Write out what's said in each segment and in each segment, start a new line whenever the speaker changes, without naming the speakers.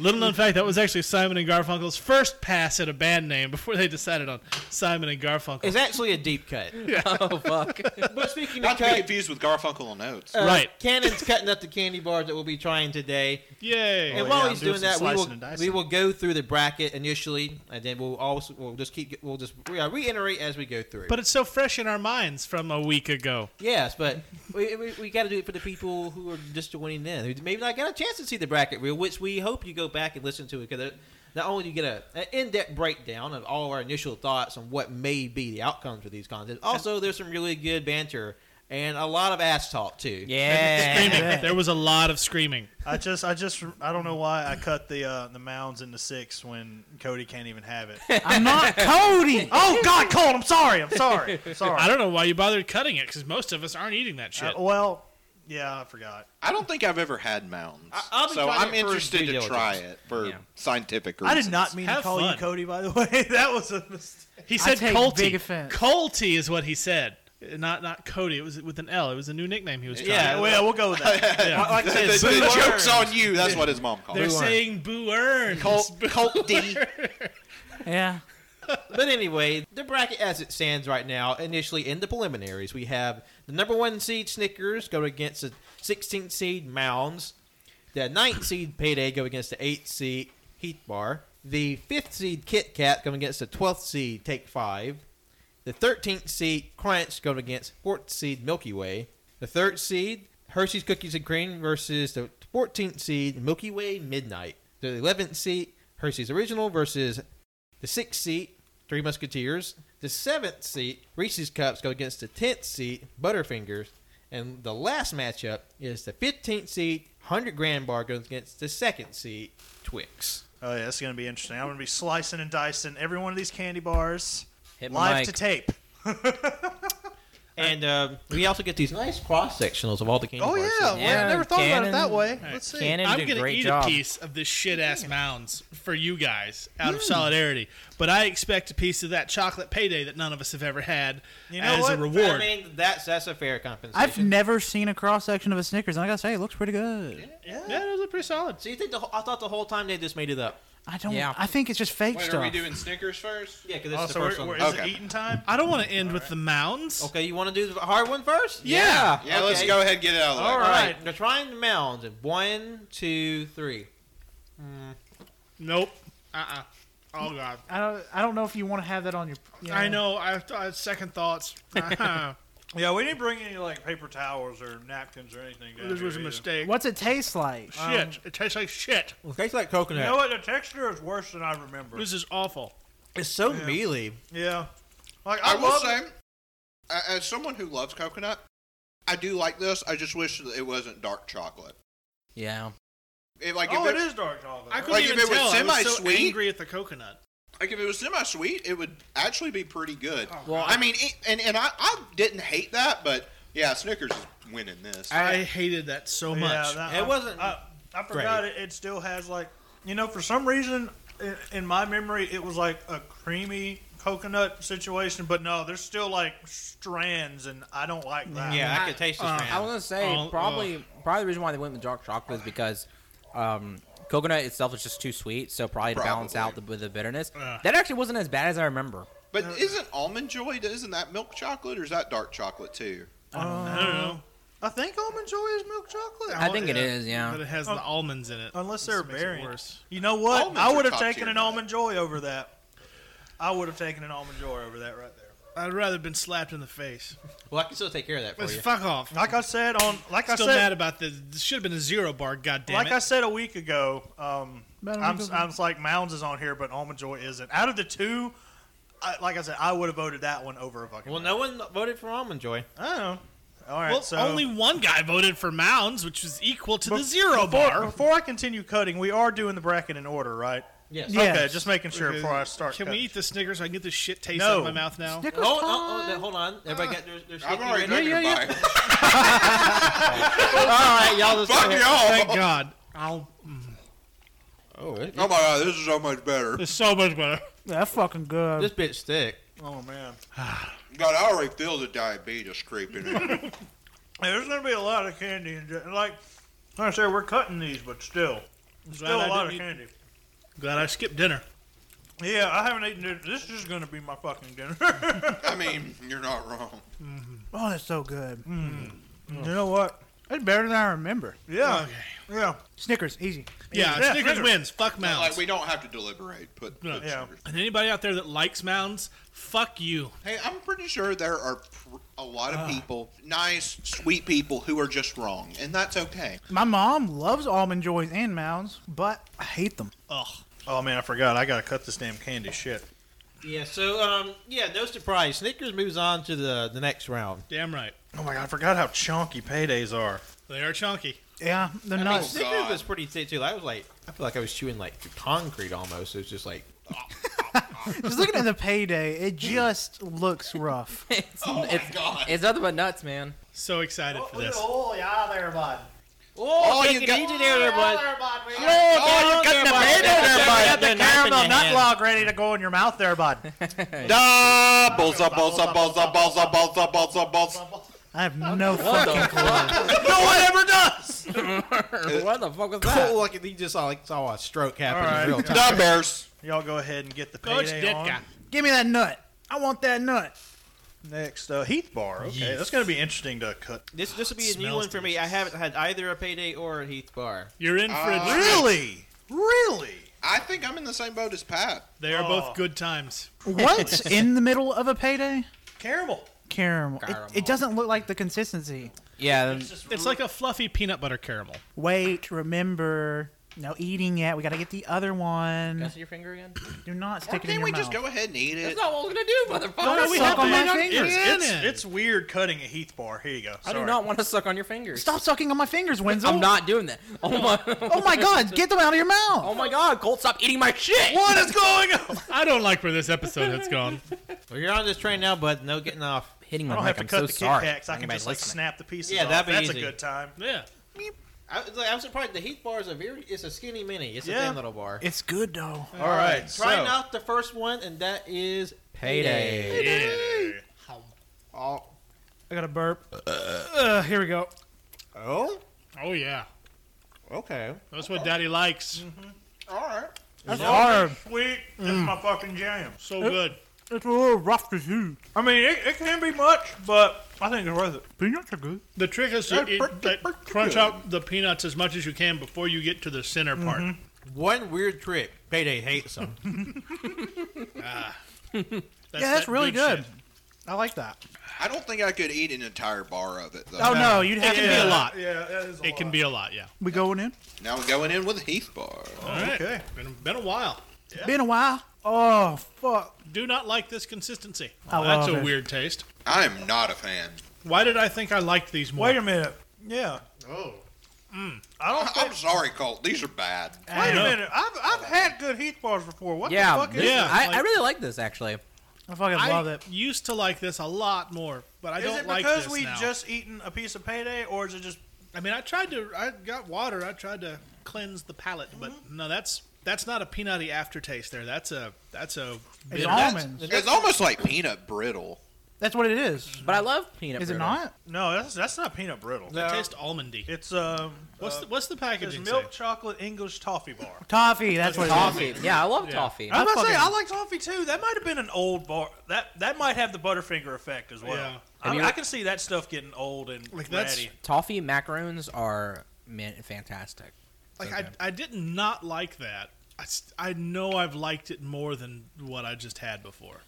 Little known fact that was actually Simon and Garfunkel's first pass at a band name before they decided on Simon and Garfunkel.
It's actually a deep cut.
Oh fuck.
But speaking
Not
of
to be
cut,
confused with Garfunkel and Oates.
uh,
Right.
Cannon's cutting up the candy bars that we'll be trying today.
Yay.
And
Oh,
while
yeah,
he's
I'm doing
doing, that,
some
we
slicing and
will,
dicing.
we will go through the bracket initially, and then we'll also we'll just keep we'll just yeah, reiterate as we go through.
But it's so fresh in our minds from a week ago.
yes, but we, we, we got to do it for the people who are just joining in, who maybe not got a chance to see the bracket reel, which we hope you go back and listen to it because not only do you get a, an in-depth breakdown of all of our initial thoughts on what may be the outcomes of these contests, also there's some really good banter and a lot of ass talk too.
Screaming. There was a lot of screaming.
I just, I just, I don't know why I cut the uh, the mounds into six when Cody can't even have it.
I'm not Cody.
oh God, Cole, I'm sorry, I'm sorry, I'm sorry.
I don't know why you bothered cutting it because most of us aren't eating that shit.
Uh, well, yeah, I forgot.
I don't think I've ever had mounds,
I- I'll be
so
trying
I'm
it for
interested
due
to try it for
Yeah.
scientific
I
reasons.
did not mean
Have
to call
fun.
you Cody, by the way. that was a mistake.
he
I
said
take
Colty.
big offense.
Colty is what he said. Not not Cody. It was with an L. It was a new nickname he was trying.
Yeah, well, yeah, we'll go with that.
Yeah.
Like I
The,
said,
the-
Boo
the
Earns.
joke's on you. That's what his mom called.
They're
it.
Boo Earn.
saying Boo Earn.
Colt, Colt D.
Yeah.
But anyway, the bracket as it stands right now, initially in the preliminaries, we have the number one seed Snickers go against the 16th seed Mounds. The ninth seed Payday go against the eighth seed Heat Bar. The fifth seed Kit Kat go against the 12th seed Take Five. The 13th seed Crunch go against 4th seed Milky Way. The third seed Hershey's Cookies and Cream versus the 14th seed Milky Way Midnight. The 11th seed Hershey's Original versus the sixth seat, Three Musketeers. The seventh seat, Reese's Cups, go against the tenth seat, Butterfingers. And the last matchup is the 15th seat, 100 Grand Bar, goes against the second seat, Twix.
Oh yeah, that's gonna be interesting. I'm gonna be slicing and dicing every one of these candy bars
Hit my
live
mic.
to tape.
And um, we also get these nice cross sectionals of all the candy
Oh
bars.
yeah, well,
Yeah,
I never thought about
Cannon-
it that way. Let's see.
Cannon
I'm
did a
gonna
great
eat
job.
a piece of this shit ass mounds for you guys out of solidarity, but I expect a piece of that chocolate payday that none of us have ever had
You know
as a
what?
reward.
I mean, that's that's a fair compensation.
I've never seen a cross section of a Snickers, and I gotta say, it looks pretty good.
yeah, those look pretty solid.
so you think the whole, I thought the whole time they just made it up?
I don't.
Yeah.
I think it's just fake
Wait,
stuff.
are we doing Snickers first?
Yeah, because
Oh,
it's
so
the 1st
we're,
one.
we're, is
Okay.
it eating time?
I don't want to end with the mounds.
okay, you want to do the hard one first?
Yeah.
Yeah, let's
Okay.
go ahead and get it out of the way.
All
right.
right, they're trying the mounds. in One, two, three.
Nope. Uh-uh. Oh god.
I don't. I don't know if you want to have that on your. yeah.
I know. I have, I have second thoughts. Uh-huh.
Yeah, we didn't bring any like paper towels or napkins or anything. down
this
here
was a
either.
mistake.
What's it taste like? Um,
Shit. it tastes like shit.
It tastes like
You
coconut.
know what? The texture is worse than I remember.
This is awful.
It's so mealy.
Yeah. Like I,
I will
love
say,
it.
a- as someone who loves coconut, I do like this. I just wish that it wasn't dark chocolate.
Yeah.
It, like
oh,
if
it
it,
is dark chocolate.
I couldn't
Like, if
even
it was
tell. I was so
semi-sweet-
angry at the coconut.
like if it was semi-sweet, it would actually be pretty good.
Well,
I mean, it, and and I, I didn't hate that, but yeah, Snickers is winning this.
I hated that so much.
Yeah, that-
It
I-
wasn't
I, I forgot it. It still has like you know for some reason in, in my memory it was like a creamy coconut situation, but no, there's still like strands, and I don't like that.
Yeah, I, could taste this
I
uh,
was
man.
gonna say
Oh,
probably probably the reason why they went with dark chocolate is because um, coconut itself is just too sweet, so probably to balance out the, the bitterness. That actually wasn't as bad as I remember.
but isn't almond joy? Isn't that milk chocolate or is that dark chocolate too?
I don't know.
Uh, I think almond joy is milk chocolate.
I think it is,
But
yeah.
it has
Oh.
the almonds in it.
Unless
This
they're
makes it
berry.
worse.
You know what?
Almonds
I
are
would have
top
taken
tier.
an almond joy over that. I would have taken an almond joy over that right there.
I'd rather been slapped in the face.
Well, I can still take care of that for
Let's
you.
fuck off.
Like I said on, like
Still
I said,
mad about this. This should have been a zero bar. God damn
like I
it.
said a week ago, um,
About a
I'm,
week ago.
I'm like Mounds is on here, but Almond Joy isn't. Out of the two, I, like I said, I would have voted that one over a fucking.
Well, no one voted for Almond Joy.
I don't know. All right,
well,
so
only one guy voted for Mounds, which was equal to
Bef-
the zero
before,
bar.
Before I continue cutting, we are doing the bracket in order, right?
Yes.
Yeah.
Okay, just making sure before I start.
Can we
cutting.
eat the Snickers so I can get this shit taste out
No.
of my mouth now?
Snickers
Oh,
time.
oh, oh, that- hold on. Everybody got their, their
I'm
sticky
already
ready?
drinking yeah, yeah.
All right, y'all. Let's go
Fuck
ahead.
Thank
y'all!
God. I'll,
Oh, it-
Oh my god, this is so much better.
it's so much better.
That's fucking good.
this bitch thick.
Oh man,
God, I already feel the diabetes creeping in.
Hey, there's gonna be a lot of candy, in, ju- like I say we're cutting these, but still, still
I
a lot of
didn't
candy.
Glad I skipped dinner.
Yeah, I haven't eaten it. This is gonna be my fucking dinner.
I mean, you're not wrong.
Oh, that's so good. Mm.
you know what?
That's better than I remember.
Yeah,
Okay.
yeah.
Snickers, easy.
Yeah, Snickers
Yeah, Snickers.
wins. Fuck Mounds.
Like we don't have to deliberate. Put, put
Yeah.
sugar.
and anybody out there that likes Mounds, fuck you.
Hey, I'm pretty sure there are pr- a lot of
Ah.
people, nice, sweet people, who are just wrong, and that's okay.
My mom loves almond joys and mounds, but I hate them.
Ugh.
Oh man, I forgot. I gotta cut this damn candy shit.
Yeah, so um, yeah, no surprise. Snickers moves on to the the next round.
Damn right.
Oh my god, I forgot how chunky paydays are.
They are chunky.
Yeah, they're
I mean,
nuts.
Snickers
God.
was pretty thick too. I was like, I feel like I was chewing like concrete almost. It was just like,
just looking at the payday, it just looks rough.
It's,
Oh my
it's,
god!
it's nothing but nuts, man.
So excited for this.
Oh, yeah, there, bud.
oh,
Oh,
you got-
you got the payday there, bud.
got the
Nothing in
caramel
your
nut
hand.
log ready to go in your mouth there, bud.
Doubles, doubles, doubles, doubles, doubles, doubles, doubles.
I have no fucking clue.
no one ever does.
what the fuck was
Cool,
that?
like he just saw like saw a stroke happen
All right.
in real time.
The Bears.
Y'all go ahead and get the
Coach
payday
Ditka.
on.
Give me that nut. I want that nut.
Next, uh, Heath Bar. Okay,
Yes.
that's gonna be interesting to cut.
This this will be a new
Smells
one for me. I haven't had either a payday or a Heath Bar.
You're in for a
Uh,
treat.
Really, really.
I think I'm in the same boat as Pat.
They are
Oh.
both good times.
What's in the middle of a payday?
Caramel.
Caramel. It, it doesn't look like the consistency.
Yeah,
It's like a fluffy peanut butter caramel.
Wait, remember. No eating yet. We gotta get the other one.
your finger again.
Do not stick it
Why
in
can't
your
we
mouth.
just go ahead and eat
That's
it?
not what we're gonna do, motherfucker.
Don't
we
suck
have
on
to-
my
It's-
fingers.
It's,
in.
it's weird cutting a Heath Bar. Here you go.
I do
Sorry.
not want to suck on your fingers.
Stop sucking on my fingers, Wenzel.
I'm not doing that. Oh my.
Oh my god, get them out of your mouth.
Oh my god, Colt, stop eating my shit!
What is going on?
I don't like where this episode has gone.
Well, you're on this train now, bud. No getting off.
Hitting
I
my
don't have
mic,
to
I'm
cut
so
the
sorry.
Kit Kats. I can
Anybody
just like
listening.
snap the pieces
Yeah,
off.
that'd be
That's
easy.
a good time.
Yeah.
I was, like, I was surprised. The Heath Bar is a very it's a skinny mini. It's
Yeah.
a thin little bar.
It's good though.
All right,
Trying out the first one, and that is payday.
Yeah.
Oh,
I got a burp. Ugh, here we go.
oh,
Oh, yeah.
okay.
That's what daddy likes.
All right.
That's hard.
sweet.
Mm.
It's my fucking jam.
So good.
It's a little rough to chew.
I mean, it, it can be much, but I think it's worth it.
Peanuts are good.
The trick is to eat, that crunch out the peanuts as much as you can before you get to the center part.
One weird trick. Payday hates them.
That's
yeah, that's
that
really good.
shit.
I like that.
I don't think I could eat an entire bar of it though.
Oh no, you'd have to
can be a lot.
Yeah, that is a
It can be a lot, yeah.
We going in?
Now we're going in with a Heath bar.
All right.
okay.
Been, been a while.
Been a while. Oh fuck.
Do not like this consistency.
I
Well, that's
love
a
it.
weird taste.
I am not a fan.
Why did I think I liked these more?
Wait a minute. Yeah. Mm.
Oh.
I don't
I'm
think.
sorry, Colt. These are bad.
Wait a
know.
minute. I've, I've had good Heath bars before. What
Yeah,
the fuck is
this-
Yeah,
I, I
like-
really like this actually.
I fucking
I
love it.
used to like this a lot more, but I
it? Is
don't
it
like
because
this
we
now.
just eaten a piece of payday, or is it just
I mean, I tried to. I got water. I tried to cleanse the palate, but
Mm-hmm.
no, that's that's not a peanutty aftertaste. There, that's a that's a
It's
bitter.
almonds.
It's almost like peanut brittle.
That's what it is.
But I love peanut.
Is it
brittle.
not?
no? That's that's not peanut brittle.
It tastes almondy.
It's um.
what's
uh,
the what's the
it's
packaging
milk
say?
chocolate English toffee bar.
Toffee. That's what it
Toffee. Yeah, I love
Yeah.
toffee.
I was about to say, I
fucking-
like toffee too. That might have been an old bar. That that might have the Butterfinger effect as well.
Yeah.
I,
Have you-
I can see that stuff getting old and
Like, that's-
ratty.
Toffee macaroons are man, fantastic.
Like I I did not like that. I, s- I know I've liked it more than what I just had before.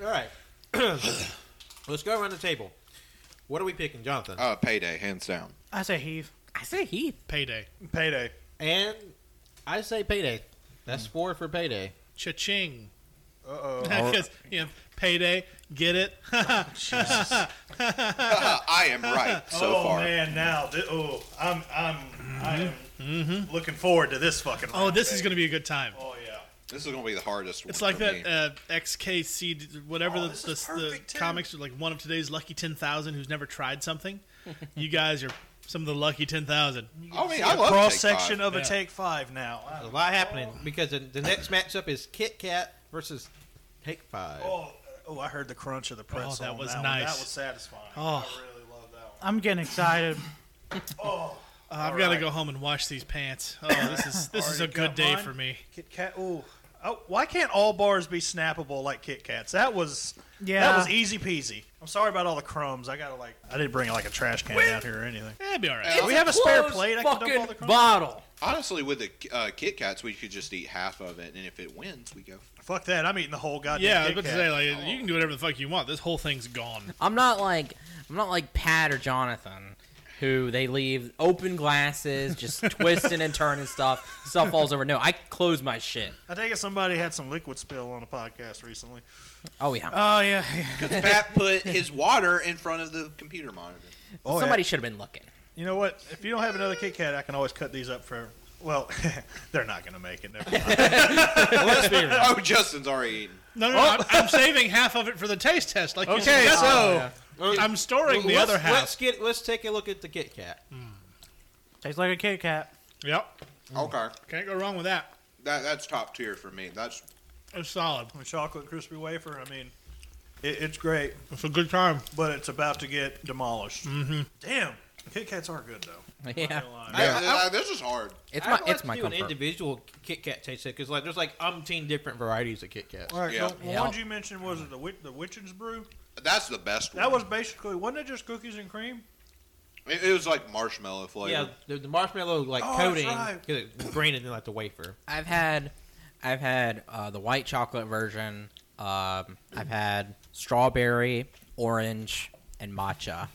All right. Let's go around the table. What are we picking, Jonathan?
Uh, payday, hands down.
I say heave.
I say Heath.
Payday,
Payday.
and I say payday. That's four for payday.
cha-ching.
Uh oh.
Because you know, payday, get it.
Uh, I am right so
oh
far.
man, now thi- oh, I'm I'm I am looking forward to this fucking.
oh, this is gonna be a good time.
Oh yeah.
This is gonna be the hardest
It's
one.
like
for
that
Me.
uh, XKC, d- whatever
Oh,
the,
this is
the,
perfect,
the
too.
comics are like one of today's lucky 10,000 who's never tried something. you guys are some of the lucky 10,000.
I mean, I love
Cross section of a
Yeah.
take five now.
A
I-
lot happening because the, the next matchup is Kit Kat versus Take Five.
Oh, oh, I heard the crunch of the pretzel.
that
on
was
that one.
nice.
That was satisfying.
Oh.
I really love that one.
I'm getting excited.
Uh, I've got to go home and wash these pants. Oh, this is this is a
Already
good
got
day
mine.
for me.
Kit Kat. Ooh. Oh, why can't all bars be snappable like Kit Kats? That was
Yeah.
That was easy peasy. I'm sorry about all the crumbs. I gotta like. I didn't bring like a trash can out here or anything.
Yeah, it'd be all right.
we have a spare plate. I can dump all the
fucking
crumbs.
bottle.
Honestly, with the uh, Kit Kats, we could just eat half of it, and if it wins, we go.
Fuck that. I'm eating the whole goddamn.
Yeah, I was
Kit
about to
Kat.
say like you can do whatever the fuck you want. This whole thing's gone.
I'm not like I'm not like Pat or Jonathan, who they leave open glasses, just twisting and turning stuff. Stuff falls over. No, I close my shit.
I take it somebody had some liquid spill on a podcast recently.
Oh yeah.
Oh yeah.
Pat put his water in front of the computer monitor.
Oh,
Somebody should have been looking.
You know what? If you don't have another Kit Kat, I can always cut these up for. Well, they're not gonna make it. Never mind.
Oh, Justin's already eaten.
No, no, no I'm, I'm saving half of it for the taste test. Like you
Oh. Okay,
said.
so
Oh,
I'm storing the
let's,
other half.
Let's get let's take a look at the Kit Kat.
Tastes like a Kit Kat.
Yep,
Okay,
can't go wrong with that.
that that's top tier for me. That's
It's solid.
The chocolate crispy wafer. I mean, it, it's great,
It's a good time.
but it's about to get demolished. Mm-hmm. Damn, Kit Kats are good though. I'm not
Yeah.
gonna lie.
I- I- this is hard.
It's
I'd
my
like
it's
to
my
do an
comfort.
individual Kit Kat taste because like there's like umpteen different varieties of Kit Kats.
All right,
Yeah.
so the
Yeah.
one you mentioned was it the wit- the Witch's Brew?
That's the best.
That
one.
was basically wasn't it just cookies and cream?
It, it was like marshmallow flavor.
Yeah, the, the marshmallow like
Oh, that's
coating,
right.
'cause it's green and then like the wafer.
I've had I've had uh, the white chocolate version. Um, I've had strawberry, orange, and matcha.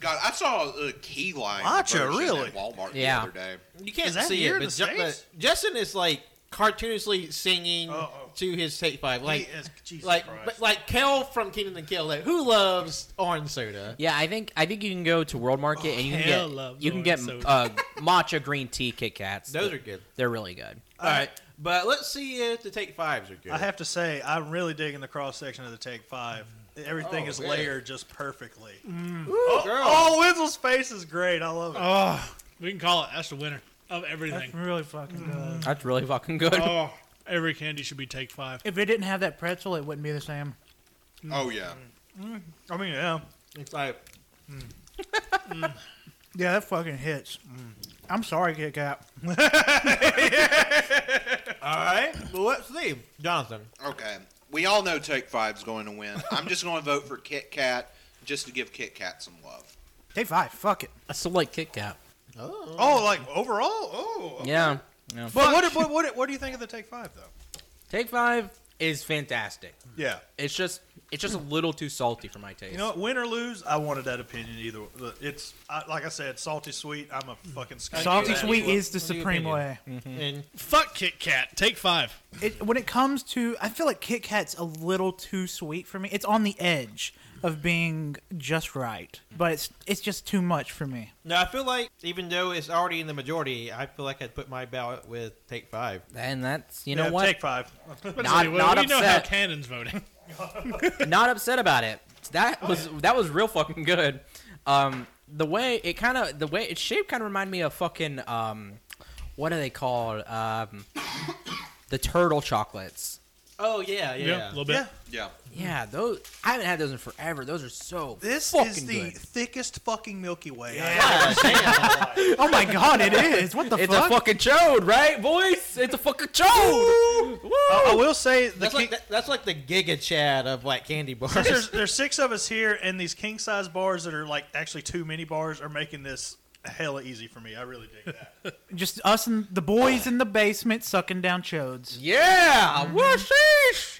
God, I saw a key line
Matcha,
version
really?
at Walmart
Yeah.
the other day.
You can't
Is that
see
here
it,
in
but
the
Ju- but
States?
Justin is like cartoonishly singing
Uh-oh.
to his take five, like
He is- Jesus
like
Christ.
but, like Kel from Kingdom and Kel, like, who loves orange soda?
Yeah, I think I think you can go to World Market and you can
hell
get
loves
you can get
orange soda.
uh, matcha green tea Kit Kats.
Those are good.
They're really good.
All right, but let's see if the take fives are good.
I have to say, I'm really digging the cross section of the Take Five. Everything
Oh,
is
yeah.
layered just perfectly.
Ooh, girl.
Oh, Wenzel's face is great. I love it.
Oh, we can call it. That's the winner of
That's
everything.
really fucking good.
That's really fucking good.
Oh, every candy should be take five.
If it didn't have that pretzel, it wouldn't be the same.
Oh yeah,
I mean, yeah.
It's like
Yeah, that fucking hits. Mm. I'm sorry, Kit Kat.
all right. Well, let's see, Jonathan.
okay. We all know Take Five's going to win. I'm just going to vote for Kit Kat just to give Kit Kat some love.
Take five. Fuck it.
I still like Kit Kat.
Oh, like overall. Oh, okay.
Yeah. yeah.
But what, what, what, what do you think of the Take Five though?
Take five is fantastic.
Yeah.
It's just it's just a little too salty for my taste.
You know, what, win or lose, I wanted that opinion either. It's I, like I said, salty sweet. I'm a fucking skank.
Salty
that.
sweet
What-
is the
what do you
supreme
opinion?
way.
And
Fuck Kit Kat. Take five.
It, when it comes to, I feel like Kit Kat's a little too sweet for me. It's on the edge of being just right, but it's it's just too much for me.
now I feel like even though it's already in the majority, I feel like I'd put my ballot with take five.
and that's you know
Yeah,
what?
Take Five.
But
Not-
anyway,
not
we know how
upset.
Cannon's voting.
Not upset about it. That was that was real fucking good. Um, the way it kind of the way its shape kind of reminded me of fucking um, what are they called? Um, the turtle chocolates.
Oh yeah, yeah.
Yeah, a little bit.
Yeah.
Yeah,
Yeah, those I haven't had those in forever. Those are so
This
fucking
is the
good.
thickest fucking Milky Way.
Yeah, damn.
Oh my god, it is. What the
It's
fuck?
a fucking chode, right, boys? It's a fucking chode.
I, I will say the
That's
king,
like that, that's like the Giga Chad of like candy bars.
since there's, there's six of us here, and these king size bars that are like actually two mini bars are making this hella easy for me. I really dig that.
Just us and the boys in the basement sucking down chodes.
Yeah,
Mm-hmm.
whooshish.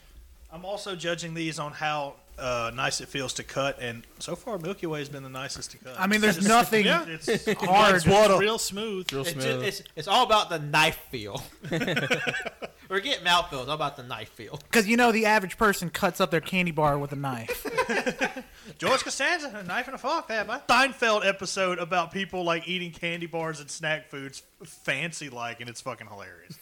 I'm also judging these on how uh, nice it feels to cut, and so far Milky Way has been the nicest to cut.
I mean, there's
It's-
nothing
Yeah, it's,
hard.
Real smooth. Real
It's, ju- it's, it's all about the knife feel. We're getting mouthfeel. It's all about the knife feel.
Because you know the average person cuts up their candy bar with a knife.
George Costanza, a knife and a fork, there, bud. Seinfeld episode about people like eating candy bars and snack foods, fancy like, and it's fucking hilarious.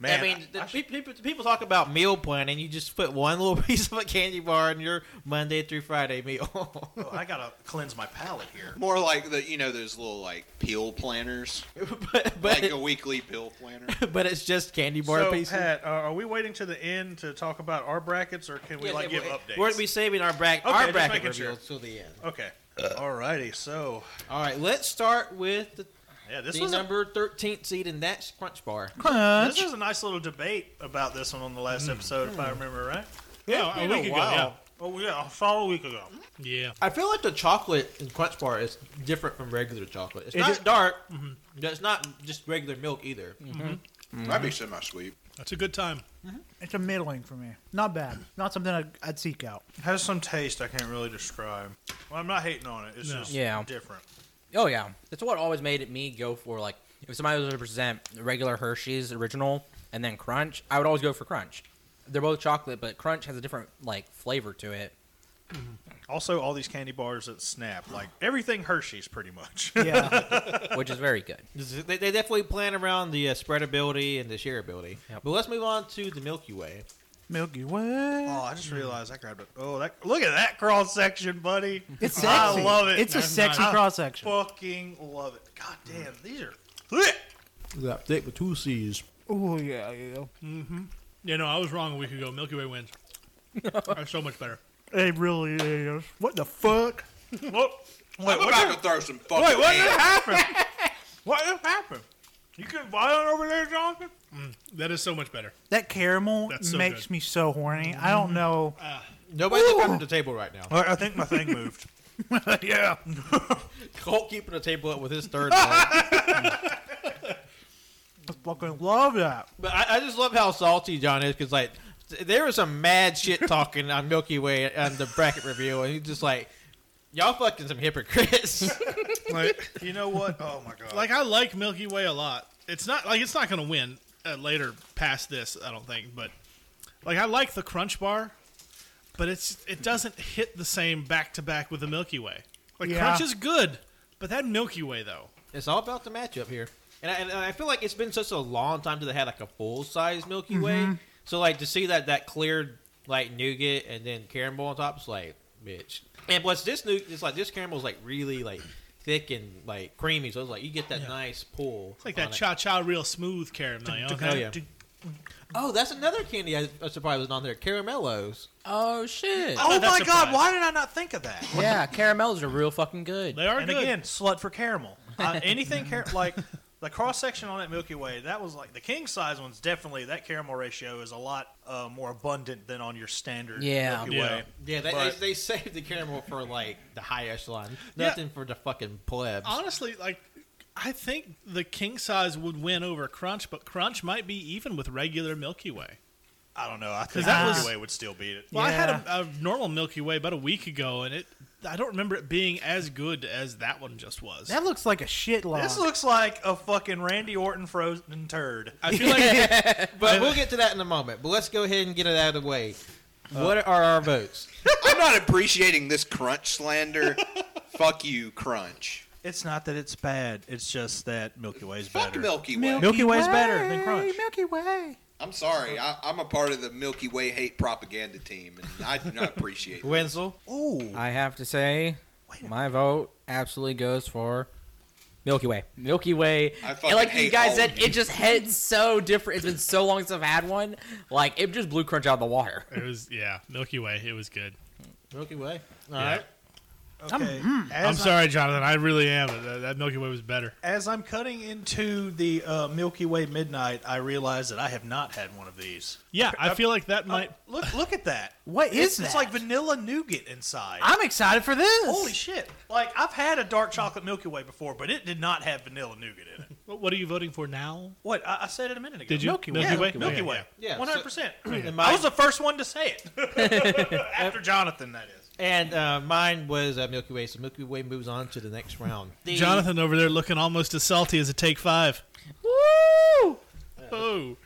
Man,
I mean, the, pe- people, people talk about meal planning. You just put one little piece of a candy bar in your Monday through Friday meal.
I, I gotta cleanse my palate here.
more like the you know those little like pill planners,
but but, Mm-hmm.
like a weekly pill planner.
but it's just candy bar
so,
pieces.
Pat, uh, are we waiting to the end to talk about our brackets, or can we
Yeah,
like
yeah,
give
we're-
updates?
We're gonna be saving our bracket
Okay,
our
just
bracket
making
reveals till the end.
okay. Alrighty, so
All right, let's start with the,
yeah, this
the
was a,
number 13th seed, and that's Crunch Bar.
Crunch.
this was a nice little debate about this one on the last episode, if I
Mm.
remember right.
Yeah, a
Been
week ago. Yeah.
while. Oh yeah, a solid week ago.
Yeah.
I feel like the chocolate in Crunch Bar is different from regular chocolate. It's
It
not
is-
dark, but it's not just regular milk either.
That'd be semi-sweet.
That's a good time.
It's a middling for me. Not bad. Not something I'd, I'd seek out.
Has some taste I can't really describe. Well, I'm not hating on it. It's
No.
just
Yeah.
different.
Oh yeah, that's what always made me go for like if somebody was to present regular Hershey's original and then Crunch, I would always go for Crunch. They're both chocolate, but Crunch has a different like flavor to it.
Also, all these candy bars that snap, like everything Hershey's, pretty much.
Yeah.
which is very good.
They, they definitely plan around the uh, spreadability and the shareability. But let's move on to the Milky Way.
Milky Way.
Oh, I just realized I grabbed it. Oh, that look at that cross section, buddy.
It's sexy.
I love it.
It's a
man.
sexy
I
cross section. Mm.
Fucking love it. God damn, these are thick.
That thick with two C's.
Oh yeah, yeah.
Yeah, no, I was wrong a week ago. Milky Way wins. Are so much better.
It really is. What the fuck?
Whoa. Wait,
I'm
what
about
the-
to throw some fucking.
wait, what
hands.
just happened? what just happened? You can violent over there, Jonathan.
That is so much better.
That caramel
That's so
makes
good.
me so horny. I don't know.
Nobody's coming to the table right now.
I think my thing moved.
yeah.
Colt keeping the table up with his third one.
I fucking love that.
But I, I just love how salty John is because, like, th- there was some mad shit talking on Milky Way on the bracket review, and he's just like, y'all fucking some hypocrites.
Like,
You know what? Oh my god.
like I like Milky Way a lot. It's not like it's not going to win uh, later past this, I don't think. But like I like the Crunch Bar, but it's it doesn't hit the same back to back with the Milky Way. Like
Yeah.
Crunch is good, but that Milky Way though.
It's all about the matchup here, and I, and I feel like it's been such a long time since they had like a full size Milky Way. So like to see that that clear like nougat and then caramel on top, it's like bitch. And plus this nougat, it's like this caramel is like really like thick and like creamy. So it's like you get that nice pull.
It's like that
on it.
Cha Cha real smooth caramel. You know?
Oh, yeah. oh, that's another candy I, I surprised was on there. Caramellos.
Oh shit!
Oh
That's
my
surprised.
god, why did I not think of that?
Yeah, caramels are real fucking good.
They are
and
good.
again, slut for caramel. Uh, anything car- like the cross section on that Milky Way, that was like the king size one's definitely that caramel ratio is a lot uh, more abundant than on your standard
Yeah.
Milky
Yeah.
Way.
Yeah, they,
But-
they, they saved the caramel for like the high echelon.
Yeah.
Nothing for the fucking plebs.
honestly, like I think the king size would win over Crunch, but Crunch might be even with regular Milky Way.
I don't know. I think
that
Milky
was-
Way would still beat it.
Well, I had
Yeah.
a, a normal Milky Way about a week ago, and it I don't remember it being as good as that one just was.
That looks like a shit log.
This looks like a fucking Randy Orton frozen turd.
I feel like
But we'll get to that in a moment. But let's go ahead and get it out of the way. what are our votes?
I'm not appreciating this crunch slander. Fuck you, crunch.
It's not that it's bad. It's just that Milky Way's
Fuck
better.
Milky Way.
Milky Way's better than Crunch.
Milky Way.
I'm sorry. I, I'm a part of the Milky Way hate propaganda team, and I do not appreciate it.
Wenzel.
Ooh,
I have to say, my vote absolutely goes for Milky Way. Milky Way.
I fucking
and like
hate
you guys
all
said,
of you.
it just hits so different. It's been so long since I've had one. Like it just blew Crunch out of the water.
it was yeah Milky Way. It was good.
Milky Way. All
Yeah.
right.
okay.
I'm
As I-
sorry, Jonathan. I really am. That, that Milky Way was better.
As I'm cutting into the uh, Milky Way midnight, I realize that I have not had one of these.
Yeah, I feel like that might.
Uh, look, look at that.
What
it's,
is
It's
that?
like vanilla nougat inside.
I'm excited for this.
Holy shit! Like I've had a dark chocolate Milky Way before, but it did not have vanilla nougat in it.
What what are you voting for now?
What I, I said it a minute ago.
Did you
Milky Way.
Yeah,
Milky Way?
Milky
Yeah,
Way.
yeah. Yeah,
one hundred percent.
And
I
mine,
was the first one to say it after Jonathan. That is.
and uh, mine was uh, Milky Way. So Milky Way moves on to the next round.
yeah. Jonathan over there looking almost as salty as a take five.
Woo!
Oh,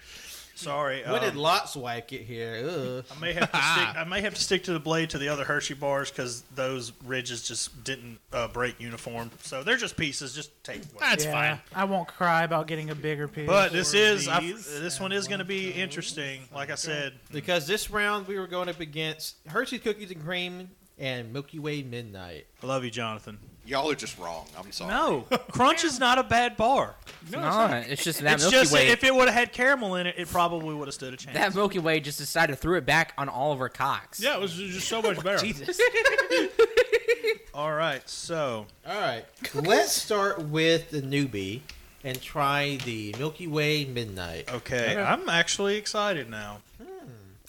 Sorry.
When
um,
did Lot's wife get here? Ugh.
I may have to stick. I may have to stick to the blade to the other Hershey bars because those ridges just didn't uh, break uniform. So they're just pieces. Just take. Whatever.
that's
Yeah,
fine.
I won't cry about getting a bigger piece.
But this
Four
is I,
Vs
this one is going to be interesting. Like I said,
Because this round we were going up against Hershey Cookies and Cream and Milky Way Midnight.
I love you, Jonathan.
Y'all are just wrong. I'm sorry.
No, Crunch is not a bad bar.
No, it's, not. it's just that
it's
Milky
just
Way.
if it would have had caramel in it, it probably would have stood a chance.
that Milky Way just decided to throw it back on Oliver Cox.
Yeah, it was just so much better.
Jesus.
All right, so
All right. Let's start with the newbie and try the Milky Way Midnight.
okay, I'm actually excited now.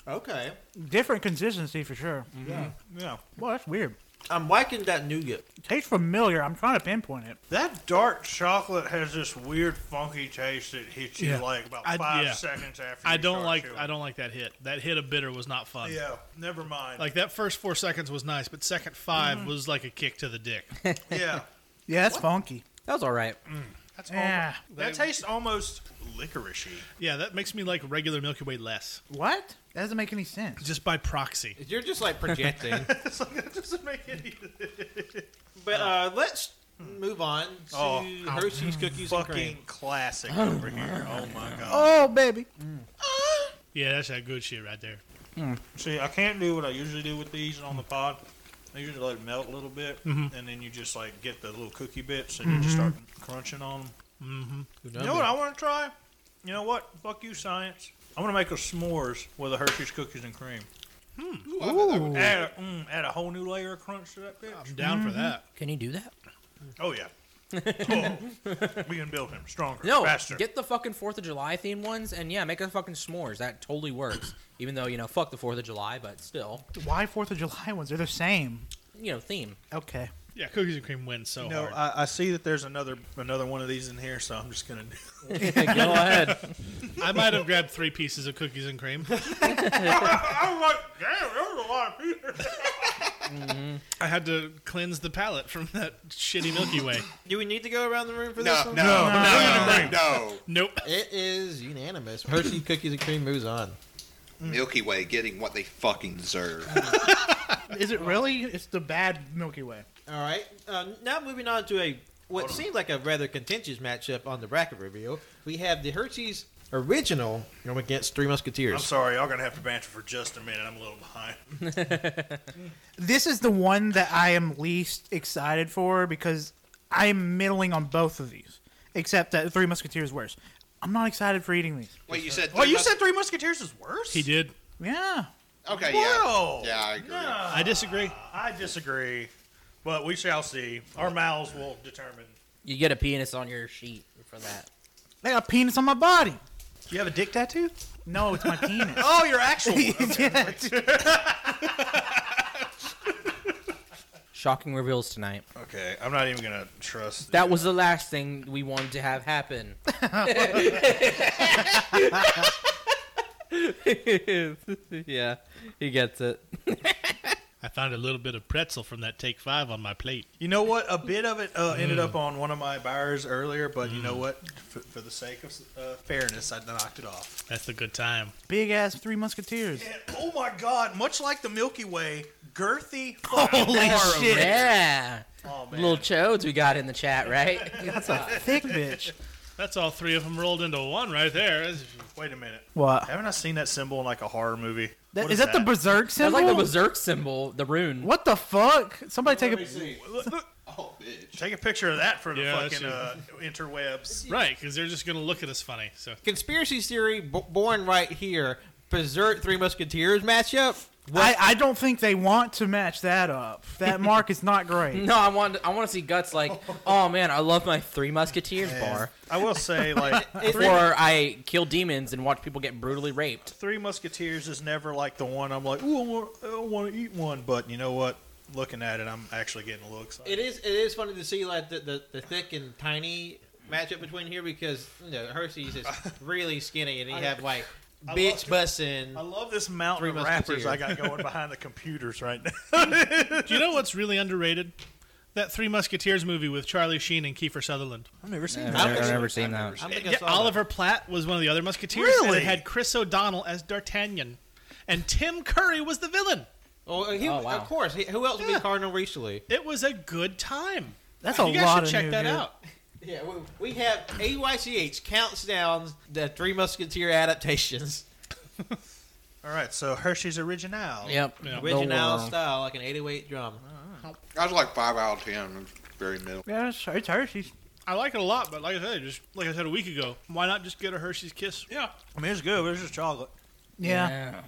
Okay.
Different consistency for sure.
Yeah,
Well, that's weird.
I'm liking that nougat.
Tastes familiar. I'm trying to pinpoint it.
that dark chocolate has this weird, funky taste that hits you
Yeah.
like about
I-
five
yeah.
seconds after.
I
you
don't
start
like
chewing.
I don't like that hit. That hit of bitter was not fun.
Yeah, never mind.
Like that first four seconds was nice, but second 5
Mm-hmm.
was like a kick to the dick.
yeah,
Yeah, that's funky.
That was all right.
That's
Yeah.
that tastes almost licoricey.
Yeah, that makes me like regular Milky Way less,
What? That doesn't make any sense.
just by proxy.
You're just like projecting.
it's like that doesn't make any.
but uh, let's move on to
Oh,
Hershey's cookies and cream.
Fucking classic over here. Oh my god.
Oh, baby.
Yeah, that's that good shit right there.
See, I can't do what I usually do with these on the pod. I usually let it melt a little bit,
Mm-hmm.
and then you just like get the little cookie bits, and you just start crunching on them. You know what I want to try? You know what? Fuck you, science. I want to make a s'mores with a Hershey's cookies and cream.
Hmm.
Ooh, I bet that would-
Add a, mm, add a whole new layer of crunch to that bitch.
I'm down
Mm-hmm.
for that.
Can you do that?
Oh yeah. oh, we can build him stronger,
No,
faster.
get the fucking Fourth of July themed ones, and yeah, make a fucking s'mores. That totally works. Even though you know, fuck the Fourth of July, but still,
Why Fourth of July ones? They're the same.
you know, theme.
Okay.
Yeah, cookies and cream win so
no,
hard.
I, I see that there's another another one of these in here, so I'm just gonna. do
Go ahead.
I might have grabbed three pieces of cookies and cream.
I'm like, damn, there was a lot of people.
I had to cleanse the palate from that shitty Milky Way.
Do we need to go around the room for
No,
this
no,
one?
no, no, no.
Nope.
It is unanimous. Hershey cookies and cream moves on.
Milky Way getting what they fucking deserve.
Is it really? It's the bad Milky Way.
All right. Uh, now moving on to a what seemed like a rather contentious matchup on the bracket reveal. We have the Hershey's original going against Three
I'm
Musketeers.
sorry, y'all gonna have to banter for just a minute. I'm a little behind.
This is the one that I am least excited for because I am middling on both of these, except that Three Musketeers worse. I'm not excited for eating these.
Wait, you said.
Well, Oh, you said Three Musketeers is worse.
He did.
Yeah.
Okay,
Whoa.
yeah. Yeah, I agree.
I disagree.
I disagree, but we shall see. Our mouths will determine.
You get a penis on your sheet for that.
I got a penis on my body.
You have a dick tattoo?
No, it's my penis.
Oh, your actual.
Yeah.
Shocking reveals tonight.
okay, I'm not even gonna trust.
That was the last thing we wanted to have happen. yeah, he gets it.
I found a little bit of pretzel from that take five on my plate.
You know what? A bit of it uh, ended up on one of my buyers earlier, but you know what? For, for the sake of uh, fairness, I knocked it off.
That's the good time.
Big ass Three Musketeers.
And, oh my God! Much like the Milky Way, girthy.
Holy shit.
Yeah.
Oh man.
Little chodes we got in the chat, right? That's a
Thick bitch.
That's all three of them rolled into one right there. That's-
Wait a minute.
What?
Haven't I seen that symbol in like a horror movie?
That,
What
is that, the Berserk
that's
symbol?
like the berserk symbol, the rune.
what the fuck? Somebody take a.
Oh, bitch.
Take a picture of that for the
Yeah, that's
fucking uh, interwebs.
Right, because they're just going to look at us funny. So
Conspiracy theory b- born right here. Berserk Three Musketeers matchup.
I, I don't think they want to match that up. That mark is not great.
No, I want I want to see guts like, oh man, I love my Three Musketeers bar,
I will say, like,
or I kill demons and watch people get brutally raped.
Three Musketeers is never like the one I'm like, ooh, I want to eat one. But you know what? Looking at it, I'm actually getting a little excited.
It is it is funny to see like the, the, the thick and tiny matchup between here because you know Hershey's is really skinny and he have like
I
bitch
love I
bussin'.
love this mountain
Three
of rappers I
Musketeers.
got going behind the computers right now.
do you know what's really underrated? That Three Musketeers movie with Charlie Sheen and Kiefer Sutherland.
I've never seen
I've never- never
seen that.
I don't think I
Yeah,
saw that.
Oliver Platt was one of the other Musketeers. And
Really?
it had Chris O'Donnell as D'Artagnan, and Tim Curry was the villain.
Oh, he,
Oh, wow.
Of course. He, who else would
Yeah.
be Cardinal racially?
It was a good time.
That's a
You
lot
guys
of
should check
new
that
hit.
out.
Yeah, we, we have AYCH counts down the Three Musketeer adaptations.
All right, so Hershey's Original.
Yep.
Yeah.
Original
worm.
style, like an 808 drum.
I was like 5 out of 10. Very middle.
Yeah, it's, it's Hershey's.
I like it a lot, but like I said, just like I said a week ago, why not just get a Hershey's Kiss?
I mean, it's good, but it's just chocolate.
Yeah.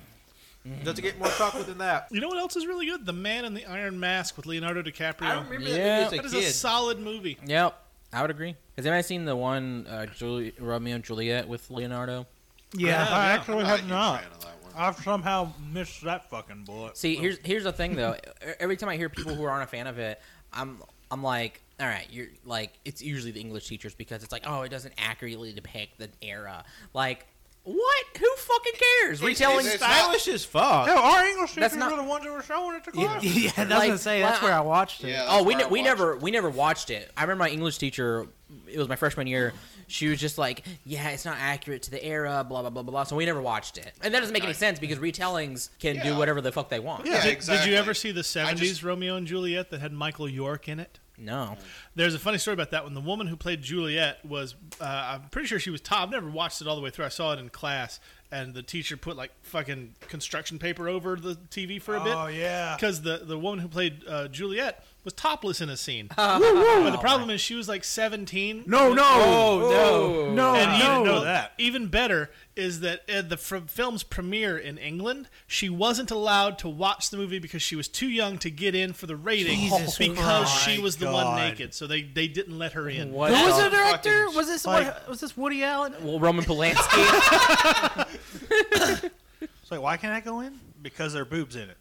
Doesn't get more chocolate than that.
You know what else is really good? The Man in the Iron Mask with Leonardo DiCaprio.
I remember
Yeah.
that movie
that
as a
is a
kid.
solid movie.
Yep, I would agree. Has anybody seen the one uh, Juli Romeo and Juliet with Leonardo?
Yeah.
I
yeah.
actually have not.
Fan of that one.
I've somehow missed that fucking bullet.
See, here's here's the thing though. E- Every time I hear people who aren't a fan of it, I'm I'm like, all right, you're like, it's usually the English teachers because it's like, oh, it doesn't accurately depict the era. Like, what? Who fucking cares? We're
It's-
telling
it's- it's not-
Stylish as fuck.
No, our English
That's
teachers
not-
were the ones that were showing it to
Yeah,
class.
yeah, that's what
Like,
I was saying. That's
well,
where I watched it.
Yeah,
Oh,
that's
we
where
ne-
I
we
watched
never we never watched it. I remember my English teacher. It was my freshman year. She was just like, "Yeah, it's not accurate to the era." Blah blah blah blah. blah. So we never watched it, and that doesn't make any sense because retellings can do
Yeah.
whatever the fuck they want.
Yeah,
did, did
exactly.
you ever see the 70s
just-
Romeo and Juliet that had Michael York in it?
No,
There's a funny story about that one. The woman who played Juliet was, uh, I'm pretty sure she was top. I've never watched it all the way through. I saw it in class, and the teacher put like fucking construction paper over the TV for a bit.
Oh, yeah.
Because the, the woman who played uh, Juliet was topless in a scene. But the problem is she was like 17.
No, no,
Oh,
no,
And
no.
even, no, even better is that at the fr- film's premiere in England, she wasn't allowed to watch the movie because she was too young to get in for the rating
Jesus
because
Christ.
she was the
God.
one naked. So they, they didn't let her in.
what?
Who was
else?
the director?
fucking-
Was this
like-
was this Woody Allen?
Well, Roman Polanski.
It's like, why can't I go in? Because there are boobs in it.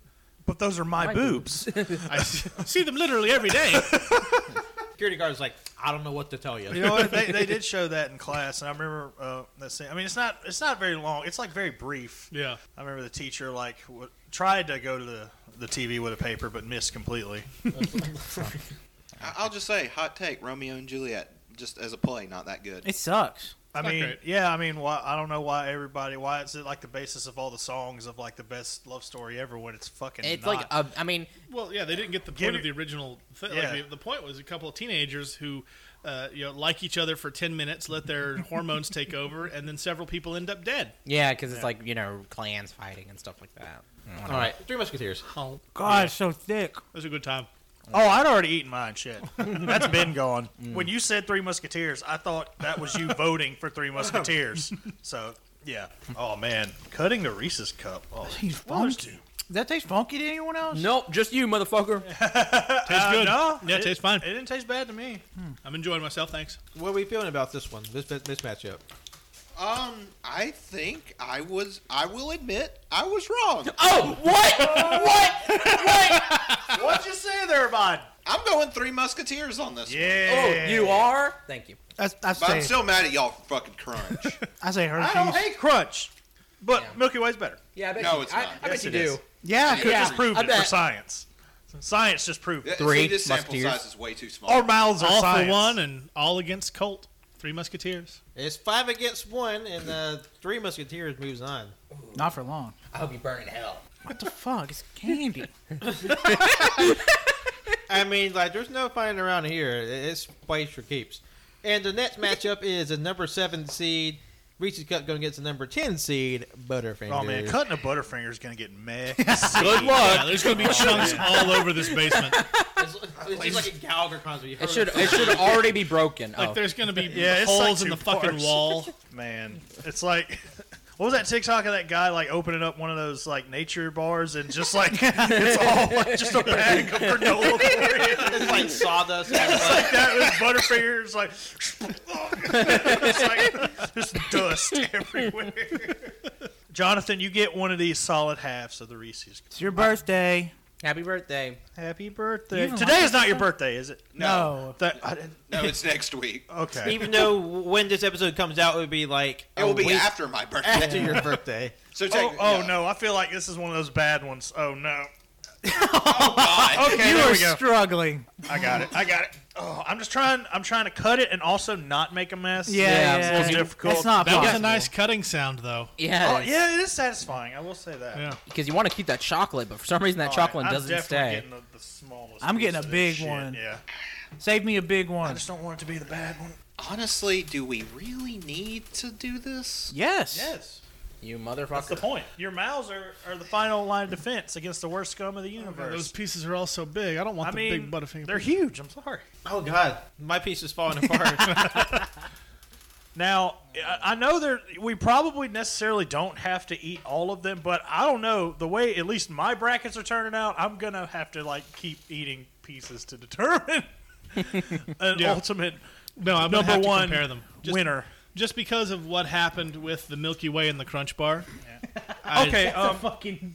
But those are my,
My
boobs.
I s- see them literally every day.
Security guard was like, I don't know what to tell you.
you know what? They, they did show that in class, and I remember uh, that scene. I mean, it's not it's not very long. It's like very brief.
yeah.
I remember the teacher like w- tried to go to the, the TV with a paper, but missed completely.
I- I'll just say, hot take: Romeo and Juliet, just as a play, not that good.
It sucks.
I
Not
mean,
great.
yeah, I mean, why? I don't know why everybody. Why is it like the basis of all the songs of like the best love story ever when it's fucking.
it's
not.
like a, I mean,
Well, yeah, they didn't get the
Give
point
me-
of the original thing.
Yeah.
Like, the, the point was a couple of teenagers who, uh, you know, like each other for 10 minutes, let their hormones take over, and then several people end up dead.
yeah, because it's like you know clans fighting and stuff like that.
All right, Three Musketeers.
Oh,
God, it's so thick.
it was a good time.
Oh, I'd already eaten mine. Shit, that's been gone.
Mm.
When you said Three Musketeers, I thought that was you voting for Three Musketeers. So yeah. Oh man, cutting the Reese's cup. Oh,
He's funky. Does that taste funky to anyone else?
Nope, just you, motherfucker.
Tastes good.
Uh, no,
yeah, tastes fine.
it didn't taste bad to me.
I'm enjoying myself. Thanks.
What are we feeling about this one? This this matchup.
Um, I think I was. I will admit, I was wrong.
Oh, what? what?
What'd you say there, bud?
I'm going Three Musketeers on this. one.
Yeah.
Oh, you are. Thank you.
That's, I
But I'm
say,
still mad at y'all for fucking crunch.
I say
I don't
Hershey's.
hate crunch, but
Yeah.
Milky Way's better.
Yeah, I bet
No,
you,
it's
I,
not.
I
Yes,
bet
it
you
is.
do.
yeah,
I could
Yeah.
just prove
I
it for
bet.
science. Science just proved it.
Three
See, this sample
Musketeers.
size is way too small.
Our
Oh,
mouths are
All
science.
for one and all against Colt. Three Musketeers.
It's five against one, and uh, Three Musketeers moves on.
Not for long.
I hope you burn in hell.
What the fuck? It's candy.
I mean, like, there's no fighting around here. It's fights for keeps. And the next matchup is the number seven seed Reese's Cup going against the number ten seed Butterfinger.
Oh man, cutting a butterfinger is gonna get messy. Oh,
Good luck. Yeah, there's going to be chunks all over this basement.
It's, it's just like a Gallagher concert. You
It
heard
should
of-
it should already be broken.
Like,
Oh.
there's going to be
Yeah, it's
holes
like
in the
two
fucking
parts.
wall.
Man, it's like what was that TikTok of that guy like opening up one of those like nature bars and just like it's all like just a bag of granola. It's
It's like sawdust. It's
like that with Butterfingers like, it's like just dust everywhere. Jonathan, you get one of these solid halves of the Reese's.
It's your birthday.
Happy birthday.
Happy birthday!
even
Today is not your birthday, is it?
no,
That- I didn't-
no, it's next week.
like,
okay.
even though when this episode comes out, it would be like
It will
a
be
week
after my birthday.
after your birthday.
So
Oh,
take,
oh
yeah.
no! I feel like this is one of those bad ones. Oh no!
Oh god.
Okay,
you
there
are
we go.
struggling.
I got it. I got it. Oh, I'm just trying. I'm trying to cut it and also not make a mess.
Yeah,
Yeah,
yeah,
it's
more difficult.
That's not
That was a
possible.
nice cutting sound, though.
Yeah.
Oh, yeah, it is satisfying. I will say that.
Yeah.
Because you want to keep that chocolate, but for some reason that
All
chocolate
right, Oh, I'm
doesn't
definitely
stay.
Getting the, the smallest
I'm
piece
getting a
of this
big
shit,
one.
Yeah.
Save me a big
I
one.
just don't want it to be the bad one.
Honestly, do we really need to do this?
Yes.
Yes.
You motherfucker.
That's the point. Your mouths are, are the final line of defense against the worst scum of the
Those
universe.
pieces are all so big. I don't want
I
the big
mean,
Butterfinger.
they're huge. I'm sorry.
Oh god, my piece is falling apart.
Now, I- I know there we probably necessarily don't have to eat all of them, but I don't know the way at least my brackets are turning out. I'm gonna have to like keep eating pieces to determine an
Yeah.
ultimate
No, I'm gonna
number
have to
one
compare them. Just,
winner.
just because of what happened with the Milky Way and the Crunch Bar. I-
Okay, um,
Fucking,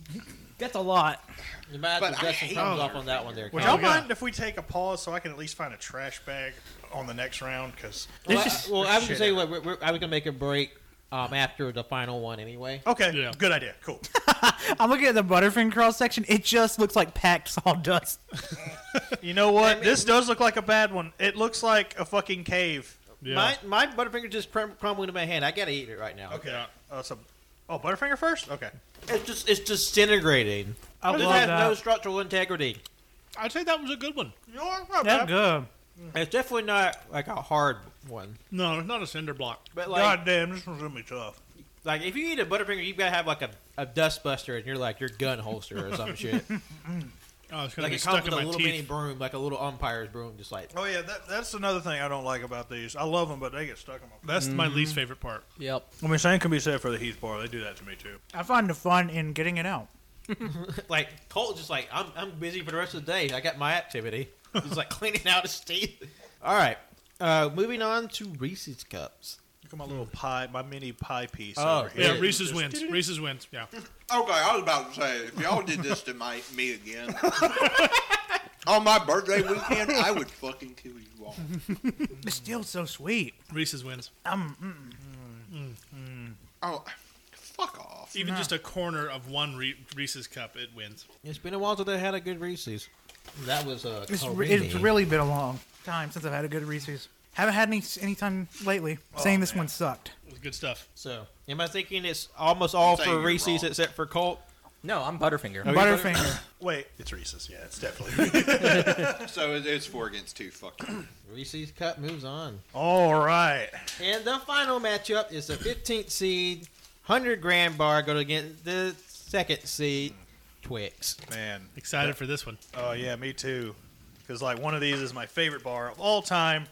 that's a lot.
You might have
But
to
I
dust some
hate-
thumbs off on that one there.
would
Kyle.
y'all
Oh, God.
mind if we take a pause so I can at least find a trash bag on the next round? Because
Well, I-
just-
well, I was gonna
Shit.
say what we're, we're, I was gonna make a break um, after the final one anyway.
okay,
Yeah.
good idea, cool.
I'm looking at the butterfinger cross section. It just looks like packed sawdust.
You know what? This does look like a bad one. It looks like a fucking cave.
Yeah.
My my butterfinger just crumb- crumbling in my hand. I gotta eat it right now.
Okay. Oh, so, oh, Butterfinger first. Okay.
It's just it's disintegrating.
I
it
love
has
that.
no structural integrity.
I'd say that was a good one.
You know what? Not
That's
bad.
good.
It's definitely not like a hard one.
No, not a cinder block.
But like
God damn, this one's gonna be tough.
like if you eat a butterfinger, you gotta have like a, a dust buster and you're like your gun holster or some shit.
Oh, it's gonna
like
be
it comes
stuck
with
in
a
my
little mini
teeth.
broom, like a little umpire's broom, just like
Oh yeah, that, that's another thing I don't like about these. I love them, but they get stuck in my.
That's my
Mm-hmm.
least favorite part.
Yep.
I mean, same can be said for the Heath Bar. They do that to me too.
I find the fun in getting it out.
like Colt just like I'm I'm busy for the rest of the day. I got my activity. He's like cleaning out his teeth. All right. Uh, moving on to Reese's cups.
Look at my little pie, my mini pie piece.
Oh,
over
Yeah,
here.
Yeah,
Reese's
just-
wins. Reese's wins. Yeah.
Okay, I was about to say, if y'all did this to my me again on my birthday weekend, I would fucking kill you all.
It's still so sweet.
Reese's wins.
Oh, fuck off.
Even just a corner of one Re- Reese's cup, it wins.
It's been a while since I had a good Reese's. That was uh,
It's, re-
Corinne.
it's Oh, really been a long time since I've had a good Reese's. Haven't had any any time lately. saying this one sucked.
It was good stuff.
So, am I thinking it's almost all
Say
for
you're
Reese's
wrong.
except for Colt?
No, I'm Butterfinger.
Oh,
Butterfinger.
Wait, it's Reese's. Yeah, it's definitely.
So it, it's four against two. Fuck. you.
Reese's cup moves on.
All right.
And the final matchup is the 15th seed, 100 grand bar going against the second seed, Twix.
Man.
Excited for this one.
Oh yeah, me too. Because like one of these is my favorite bar of all time,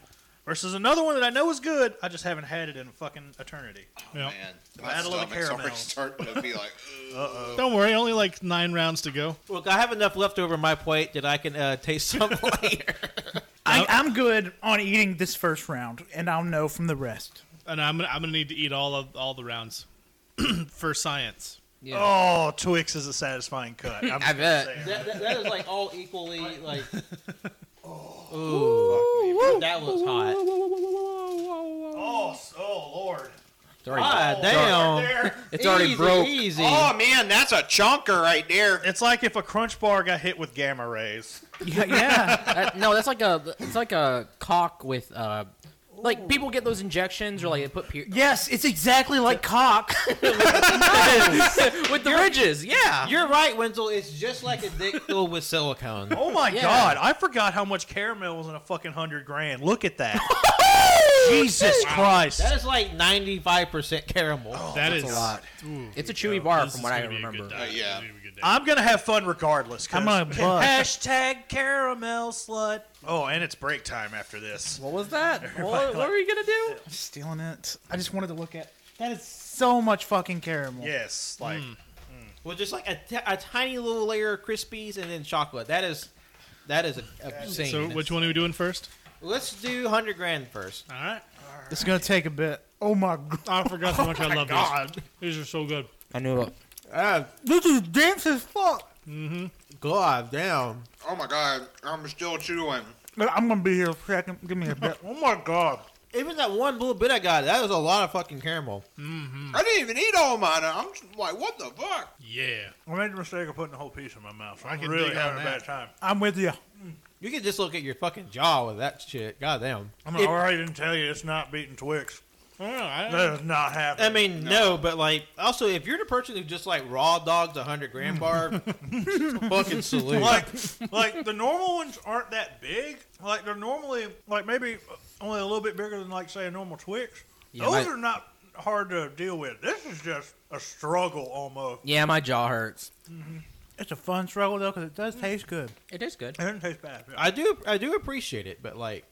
versus another one that I know is good. I just haven't had it in fucking eternity.
Oh,
Yeah.
Man,
The
my
Battle of the
stomach's already
Caramels.
starting to be like, uh
Don't worry, only like nine rounds to go.
Look, I have enough left over my plate that I can uh, taste some later.
I, I'm good on eating this first round, and I'll know from the rest.
And I'm gonna, I'm gonna need to eat all of all the rounds for science.
Oh, Twix is a satisfying cut. I'm
I bet.
that, that- that is like all equally like. Ooh, that was hot.
Oh, oh Lord.
Ah, damn.
It's already broke.
Easy.
Oh man, that's a chonker right there.
It's like if a crunch bar got hit with gamma rays.
Yeah, yeah.
That- no, that's like a it's like a cock with uh, like people get those injections or like they put pier-
yes, it's exactly like cock.
with the ridges. Yeah.
You're right, Wenzel. It's just like a dick filled with silicone.
Oh my
Yeah.
God! I forgot how much caramel was in a fucking hundred grand. Look at that. Jesus Christ.
That is like 95% caramel.
Oh.
that is
Oh, a lot.
Ooh,
It's a chewy bar
this
from
is
what I
gonna be a good
remember.
day.
Uh, yeah.
This is gonna be a good day.
I'm gonna have fun regardless. 'cause-
I'm gonna bust.
hashtag caramel slut. Oh, and it's break time after this.
What was that? What, what were you gonna do?
Stealing it. I just wanted to look at. That is so much fucking caramel.
Yes, like
Well, just like a, t- a tiny little layer of Krispies and then chocolate. That is, that is obscene.
So which one are we doing first?
Let's do hundred grand first.
All right. Oh
It's gonna take a bit. Oh my god.
I forgot how much I love these. These are so good.
I knew it.
Oh
This is dense as fuck.
God damn!
Oh my god, I'm still chewing.
I'm gonna be here a second. Give me a bit.
oh my god.
Even that one little bit I got, that was a lot of fucking caramel.
I didn't even eat all mine. I'm just like, what the fuck?
Yeah.
I made the mistake of putting a whole piece in my mouth. So
I
I'm
can
really
dig on
having a
that.
bad time.
I'm with you.
You can just look at your fucking jaw with that shit. God damn.
I'm gonna already didn't tell you it's not beating Twix.
I don't know, Oh, I-
That is not happening.
I mean, no. but like, also, if you're the person who just like raw dogs a hundred grand bar, fucking salute.
like like the normal ones aren't that big. Like they're normally like maybe only a little bit bigger than like say a normal Twix.
Yeah,
Those
my-
are not hard to deal with. This is just a struggle almost.
Yeah, my jaw hurts.
It's a fun struggle though, because it does taste good.
It is good.
It doesn't taste bad.
I do, I do appreciate it, but like,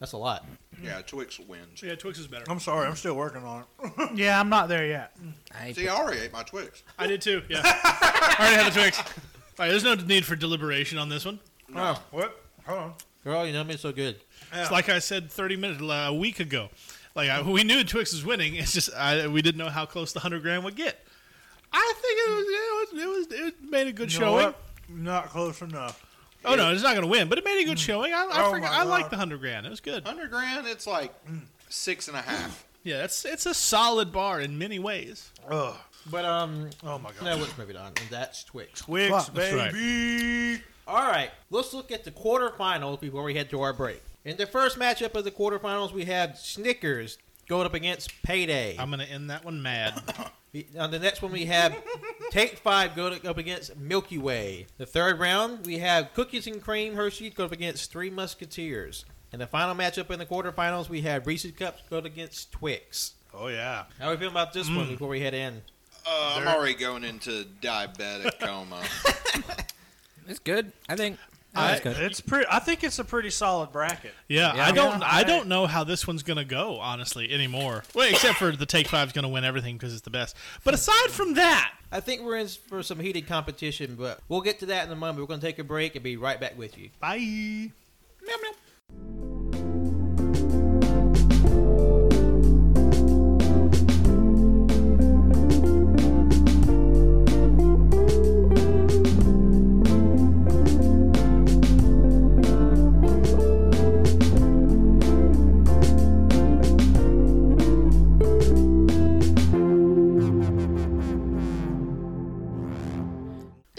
That's a lot.
Yeah, Twix wins.
Yeah, Twix is better.
I'm sorry, I'm still working on it.
Yeah, I'm not there yet.
I
See, I already ate my Twix.
I did too. Yeah, I already have a Twix. All right, there's no need for deliberation on this one.
Oh, what? Hold on.
Girl, you know me so good.
It's like I said 30 minutes uh, a week ago. Like I, we knew Twix was winning. It's just I, we didn't know how close the hundred grand would get. I think it was you know, it was it was- made a good
You know
showing.
what? Not close enough.
Oh no, it's not going to win, but it made a good showing. I I,
Oh
forgot,
my
I like
God.
the hundred grand. It was good.
Hundred grand, it's like six and a half.
Yeah, it's it's a solid bar in many ways.
Ugh.
But um,
Oh my god.
now what's moving on? And that's Twix.
Twix,
Fuck,
that's
baby.
right.
All right, let's look at the quarterfinals before we head to our break. In the first matchup of the quarterfinals, we have Snickers going up against Payday.
I'm going to end that one mad.
On the next one, we have Take Five going up against Milky Way. The third round, we have Cookies and Cream Hershey going up against Three Musketeers. And the final matchup in the quarterfinals, we have Reese's Cups going against Twix.
Oh yeah.
How are we feeling about this one before we head in?
Uh, I'm already going into diabetic coma.
It's good. I think.
I-
it's good.
It's pretty. I think it's a pretty solid bracket.
Yeah,
Yeah.
I don't
Yeah.
I don't know how this one's going to go honestly anymore. Wait, except for the Take Five's going to win everything because it's the best. But aside from that,
I think we're in for some heated competition, but we'll get to that in a moment. We're going to take a break and be right back with you.
bye.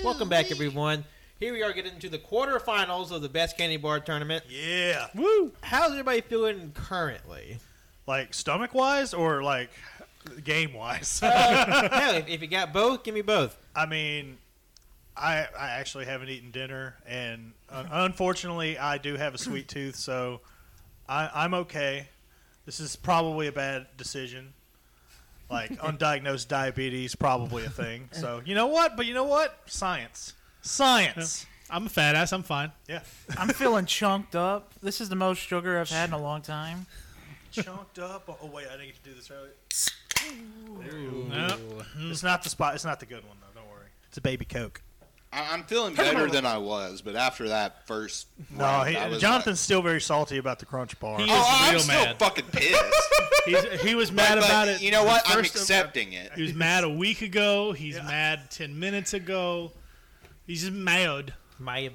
Welcome back, everyone. Here we are getting into the quarterfinals of the Best Candy Bar Tournament.
Yeah.
Woo.
How's everybody feeling currently?
Like stomach wise or like game wise.
Hell, if, if you got both, give me both.
I mean, I I actually haven't eaten dinner, and un- unfortunately, I do have a sweet tooth, so I, I'm okay. This is probably a bad decision. Like undiagnosed diabetes, probably a thing. So you know what? But you know what? Science, science.
I'm a fat ass. I'm fine.
Yeah,
I'm feeling chunked up. This is the most sugar I've had in a long time.
chunked up. Oh wait, I didn't get to do this earlier.
Yep.
It's not the spot. It's not the good one though. Don't worry. It's a baby Coke.
I- I'm feeling better than I was, but after that first,
No,
round,
he,
I was
Jonathan's still very salty about the Crunch Bar.
He-
Like, oh,
is
I'm
real
still
mad.
fucking pissed.
He's, he was mad
But- but
about it.
You know what?
the
I'm
first-
accepting it.
He was mad a week ago. He's mad ten minutes ago. He's just mad.
My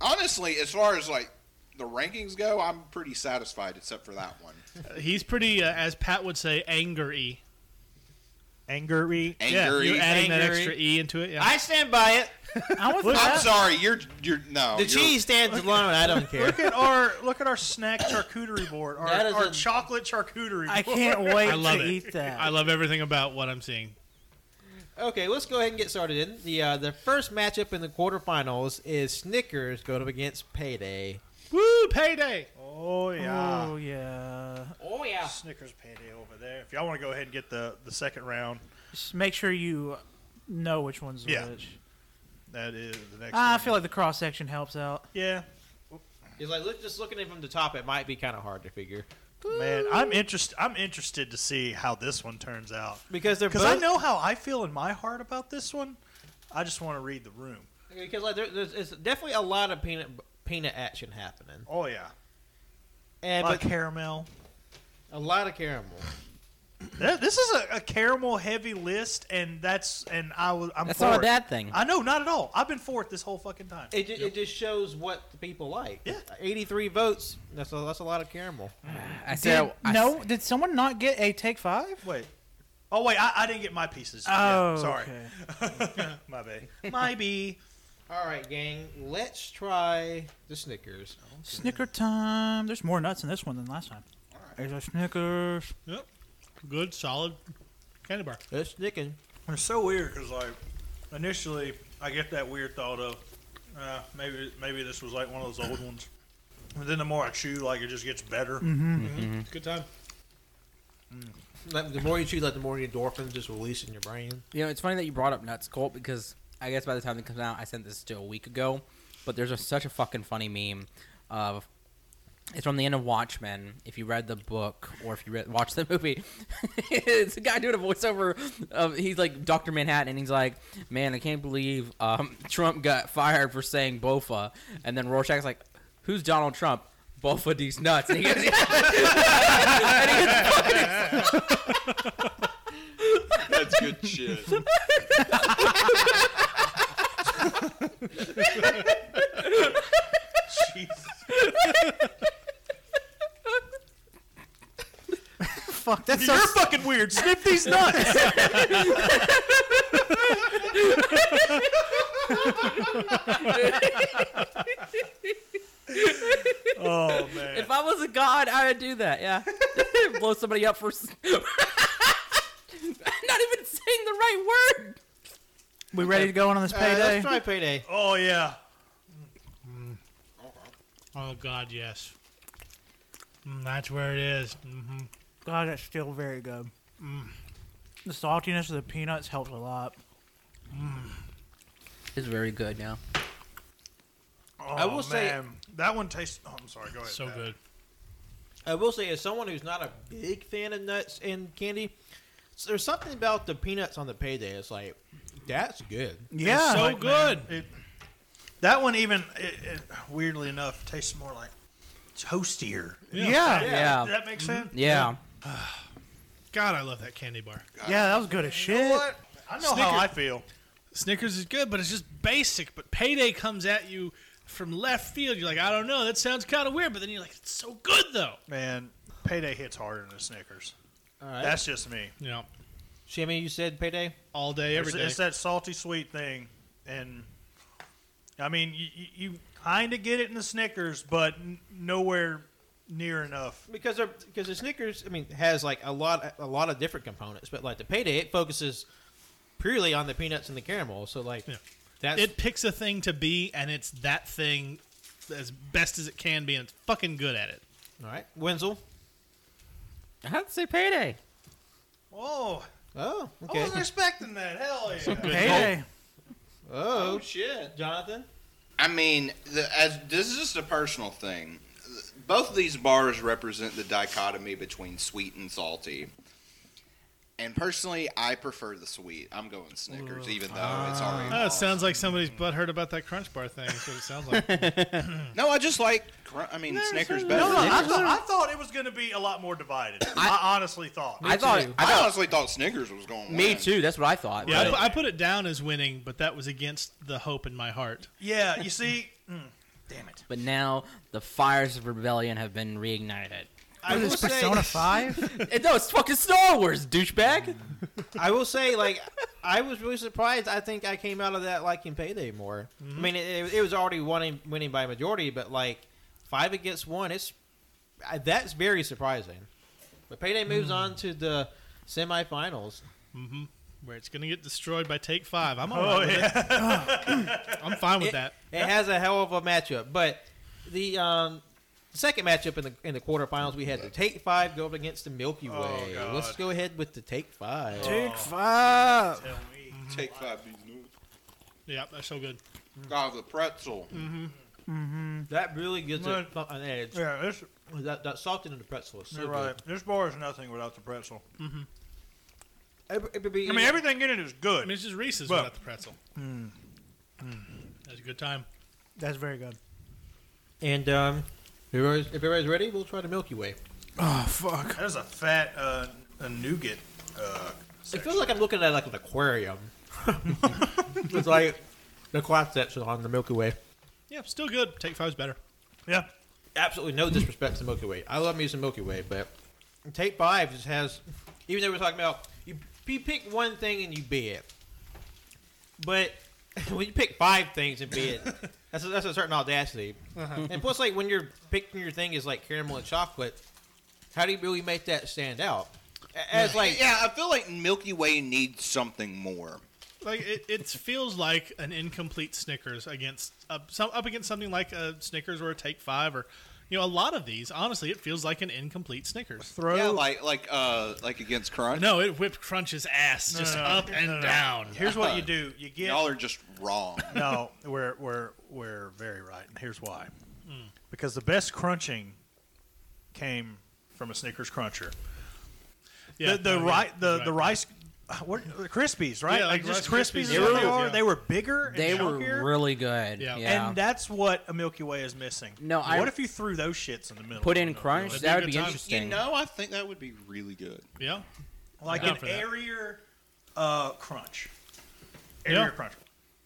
Honestly, as far as like the rankings go, I'm pretty satisfied except for that one.
Uh, He's pretty, uh, as Pat would say, angry.
Angry.
Yeah,
Angry.
you're adding that
Angry.
extra e into it. Yeah.
I stand by it.
I would
I'm
that.
sorry. You're you're no.
The
you're-
cheese stands alone. I don't care.
Look at our look at our snack charcuterie board. Our,
That is
our
a-
chocolate charcuterie.
I
board.
can't wait
I love
to
it.
eat that.
I love everything about what I'm seeing.
Okay, let's go ahead and get started. In the uh, the first matchup in the quarterfinals is Snickers going up against Payday.
Woo! Payday.
Oh yeah.
Oh yeah.
Oh yeah.
Snickers payday over there. If y'all want to go ahead and get the the second round,
Just make sure you know which one's
Yeah.
which. Ah,
that is the next.
I
one.
feel like the cross section helps out.
yeah,
It's like look, just looking at it from the top, it might be kind of hard to figure
man. I'm interested. I'm interested to see how this one turns out
because they're
because
both.
I know how I feel in my heart about this one. I just want to read the room.
Because like there, there's it's definitely a lot of peanut peanut action happening,
Oh yeah,
and
like
but
caramel.
a lot of caramel.
That, this is a, a caramel heavy list, and that's and I was I'm
That's
for
not a
it.
bad thing.
I know, not at all. I've been for it this whole fucking time.
It, ju- it just shows what the people like.
Yeah.
83 votes. That's a, that's a lot of caramel.
I
Did,
said I
no, did someone not get a take five?
Wait. Oh wait, I, I didn't get my pieces.
Oh,
yeah, sorry.
okay.
my bad. My B.
All right, gang. Let's try the Snickers.
Snicker time. There's more nuts in this one than last time. There's a Snickers.
Yep. Good, solid candy bar.
It's Snickers.
It's so weird because like initially I get that weird thought of uh, maybe maybe this was like one of those old ones. And then the more I chew, like it just gets better.
Mm-hmm.
Good time.
Like, the more you chew, like the more endorphins just release in your brain.
You know, it's funny that you brought up Nuts Colt because I guess by the time it comes out, I sent this to a week ago, but there's a, such a fucking funny meme of It's from the end of Watchmen. If you read the book or if you read, watch the movie, it's a guy doing a voiceover of he's like Doctor Manhattan, and he's like, "Man, I can't believe um, Trump got fired for saying Bofa," and then Rorschach's like, "Who's Donald Trump?" Bofa these nuts, and he goes, and he goes
That's good shit.
Fuck, that's so
You're fucking weird.
snip these nuts.
Oh man.
If I was a god, I would do that. Yeah, blow somebody up for s- not even saying the right word.
we ready to go on this
Uh, let's
payday?
try payday.
Oh yeah.
Oh God, yes. Mm, that's where it is. Mhm.
God, that's still very good. Mm. The saltiness of the peanuts helped a lot.
It's very good now.
Oh,
I will say-
man. that one tastes. Oh, I'm sorry. Go ahead.
So
Pat.
good.
I will say, as someone who's not a big fan of nuts and candy, s- there's something about the peanuts on the payday. It's like that's good.
Yeah,
So
Like,
good.
man, it- that one even it, it, weirdly enough tastes more like toastier.
yeah,
Yeah.
yeah,
Yeah.
Does that make sense?
Yeah.
God, I love that candy bar.
that was good as shit.
I know how
Snicker-
I feel.
Snickers is good, but it's just basic. But Payday comes at you from left field. You're like, I don't know. That sounds kind of weird. But then you're like, it's so good though.
Man, payday hits harder than Snickers.
All right,
That's just me.
You know,
Shami. You said payday.
all day, every
it's,
day.
it's that salty sweet thing, and I mean, you, you, you kind of get it in the Snickers, but n- nowhere near enough.
because they're- because the Snickers, I mean, has like a lot a lot of different components, but like the payday, it focuses purely on the peanuts and the caramel. So like,
Yeah.
that's
It picks a thing to be, and it's that thing as best as it can be, and it's fucking good at it.
all right. Wenzel.
I have to say payday.
Oh,
Oh,
I
okay.
wasn't expecting that. Hell yeah!
Good
Payday.
Oh,
shit.
Jonathan.
I mean, the, as this is just a personal thing. Both of these bars represent the dichotomy between sweet and salty. And personally, I prefer the sweet. I'm going Snickers, even though it's already.
Oh, it
lost.
sounds like somebody's butthurt about that Crunch Bar thing. That's what it sounds like.
No, I just like. cr- I mean, Snickers better.
I, thought, I thought it was going to be a lot more divided. I, honestly thought.
I thought.
too.
I
I
thought.
honestly thought Snickers was going.
Me
win.
too. That's what I thought.
yeah, I,
but-
pu- I put it down as winning, but that was against the hope in my heart.
yeah, you see,
But now the fires of rebellion have been reignited.
I
What
will
is this,
say,
Persona Five?
It, no, it's fucking Star Wars, douchebag.
I will say, like, I was really surprised. I think I came out of that liking payday more.
Mm-hmm.
I mean, it, it was already winning, winning by majority, but like five against one, it's I- that's very surprising. But payday
Mm.
moves on to the semifinals.
hmm Where it's gonna get destroyed by Take Five. I'm all right
oh
with
yeah,
it. I'm fine with that.
It has a hell of a matchup, but the um, second matchup in the in the quarterfinals, we had the Take Five go up against the Milky Way.
Oh, God.
Let's go ahead with the Take Five.
Take five.
Tell me.
Take five. these noodles.
Yeah, that's so good.
God, the pretzel.
That really gives it
Right.
an edge.
yeah, this,
That, that salt in the pretzel is so
you're right. This bar is nothing without the pretzel.
good. It- it would be-
I mean, everything in
I
it is
mean,
good.
it's just Reese's
Well-
without the pretzel. Mm. That's a good time.
That's very good.
And um, if everybody's, if everybody's ready, we'll try the Milky Way.
Oh fuck.
That is a fat uh, a nougat. Uh,
It feels like I'm looking at like an aquarium. it's like the quad section on the Milky Way.
Yeah, still good. Take Five's better.
yeah,
Absolutely no disrespect to the Milky Way. I love me some Milky Way, but Tape Five just has. Even though we're talking about you, you pick one thing and you be it, but when you pick five things and be it, that's a, that's a certain audacity. And plus, like when you're picking your thing is like caramel and chocolate, how do you really make that stand out? A- As like
yeah, I feel like Milky Way needs something more.
Like it, it feels like an incomplete Snickers against up some up against something like a Snickers or a Take Five or you know a lot of these. Honestly, it feels like an incomplete Snickers.
throw.
Yeah, like like uh like against Crunch.
No, it whipped Crunch's ass just
no,
up and down.
Here's what you do. You get
Y'all are just wrong.
no, we're we're we're very right, and here's why. Because the best crunching came from a Snickers cruncher.
Oh, Yeah,
the the,
no,
ri-
yeah,
the,
right.
the rice, what Krispies, right?
Yeah,
like,
like
just
Rice
Krispies.
Krispies,
is what
yeah.
they are.
Yeah.
They were bigger. And
They were
chunkier,
really good. Yeah.
Yeah.
and that's what a Milky Way is missing.
No, I-
what if you threw those shits in the middle?
Put
of
in
a Milky
crunch.
That'd be a
That
good
would be
time.
interesting.
You know, I think that would be really good.
Yeah.
Way? like
Down
an
for that.
airier uh, crunch. Airier
Yeah.
crunch.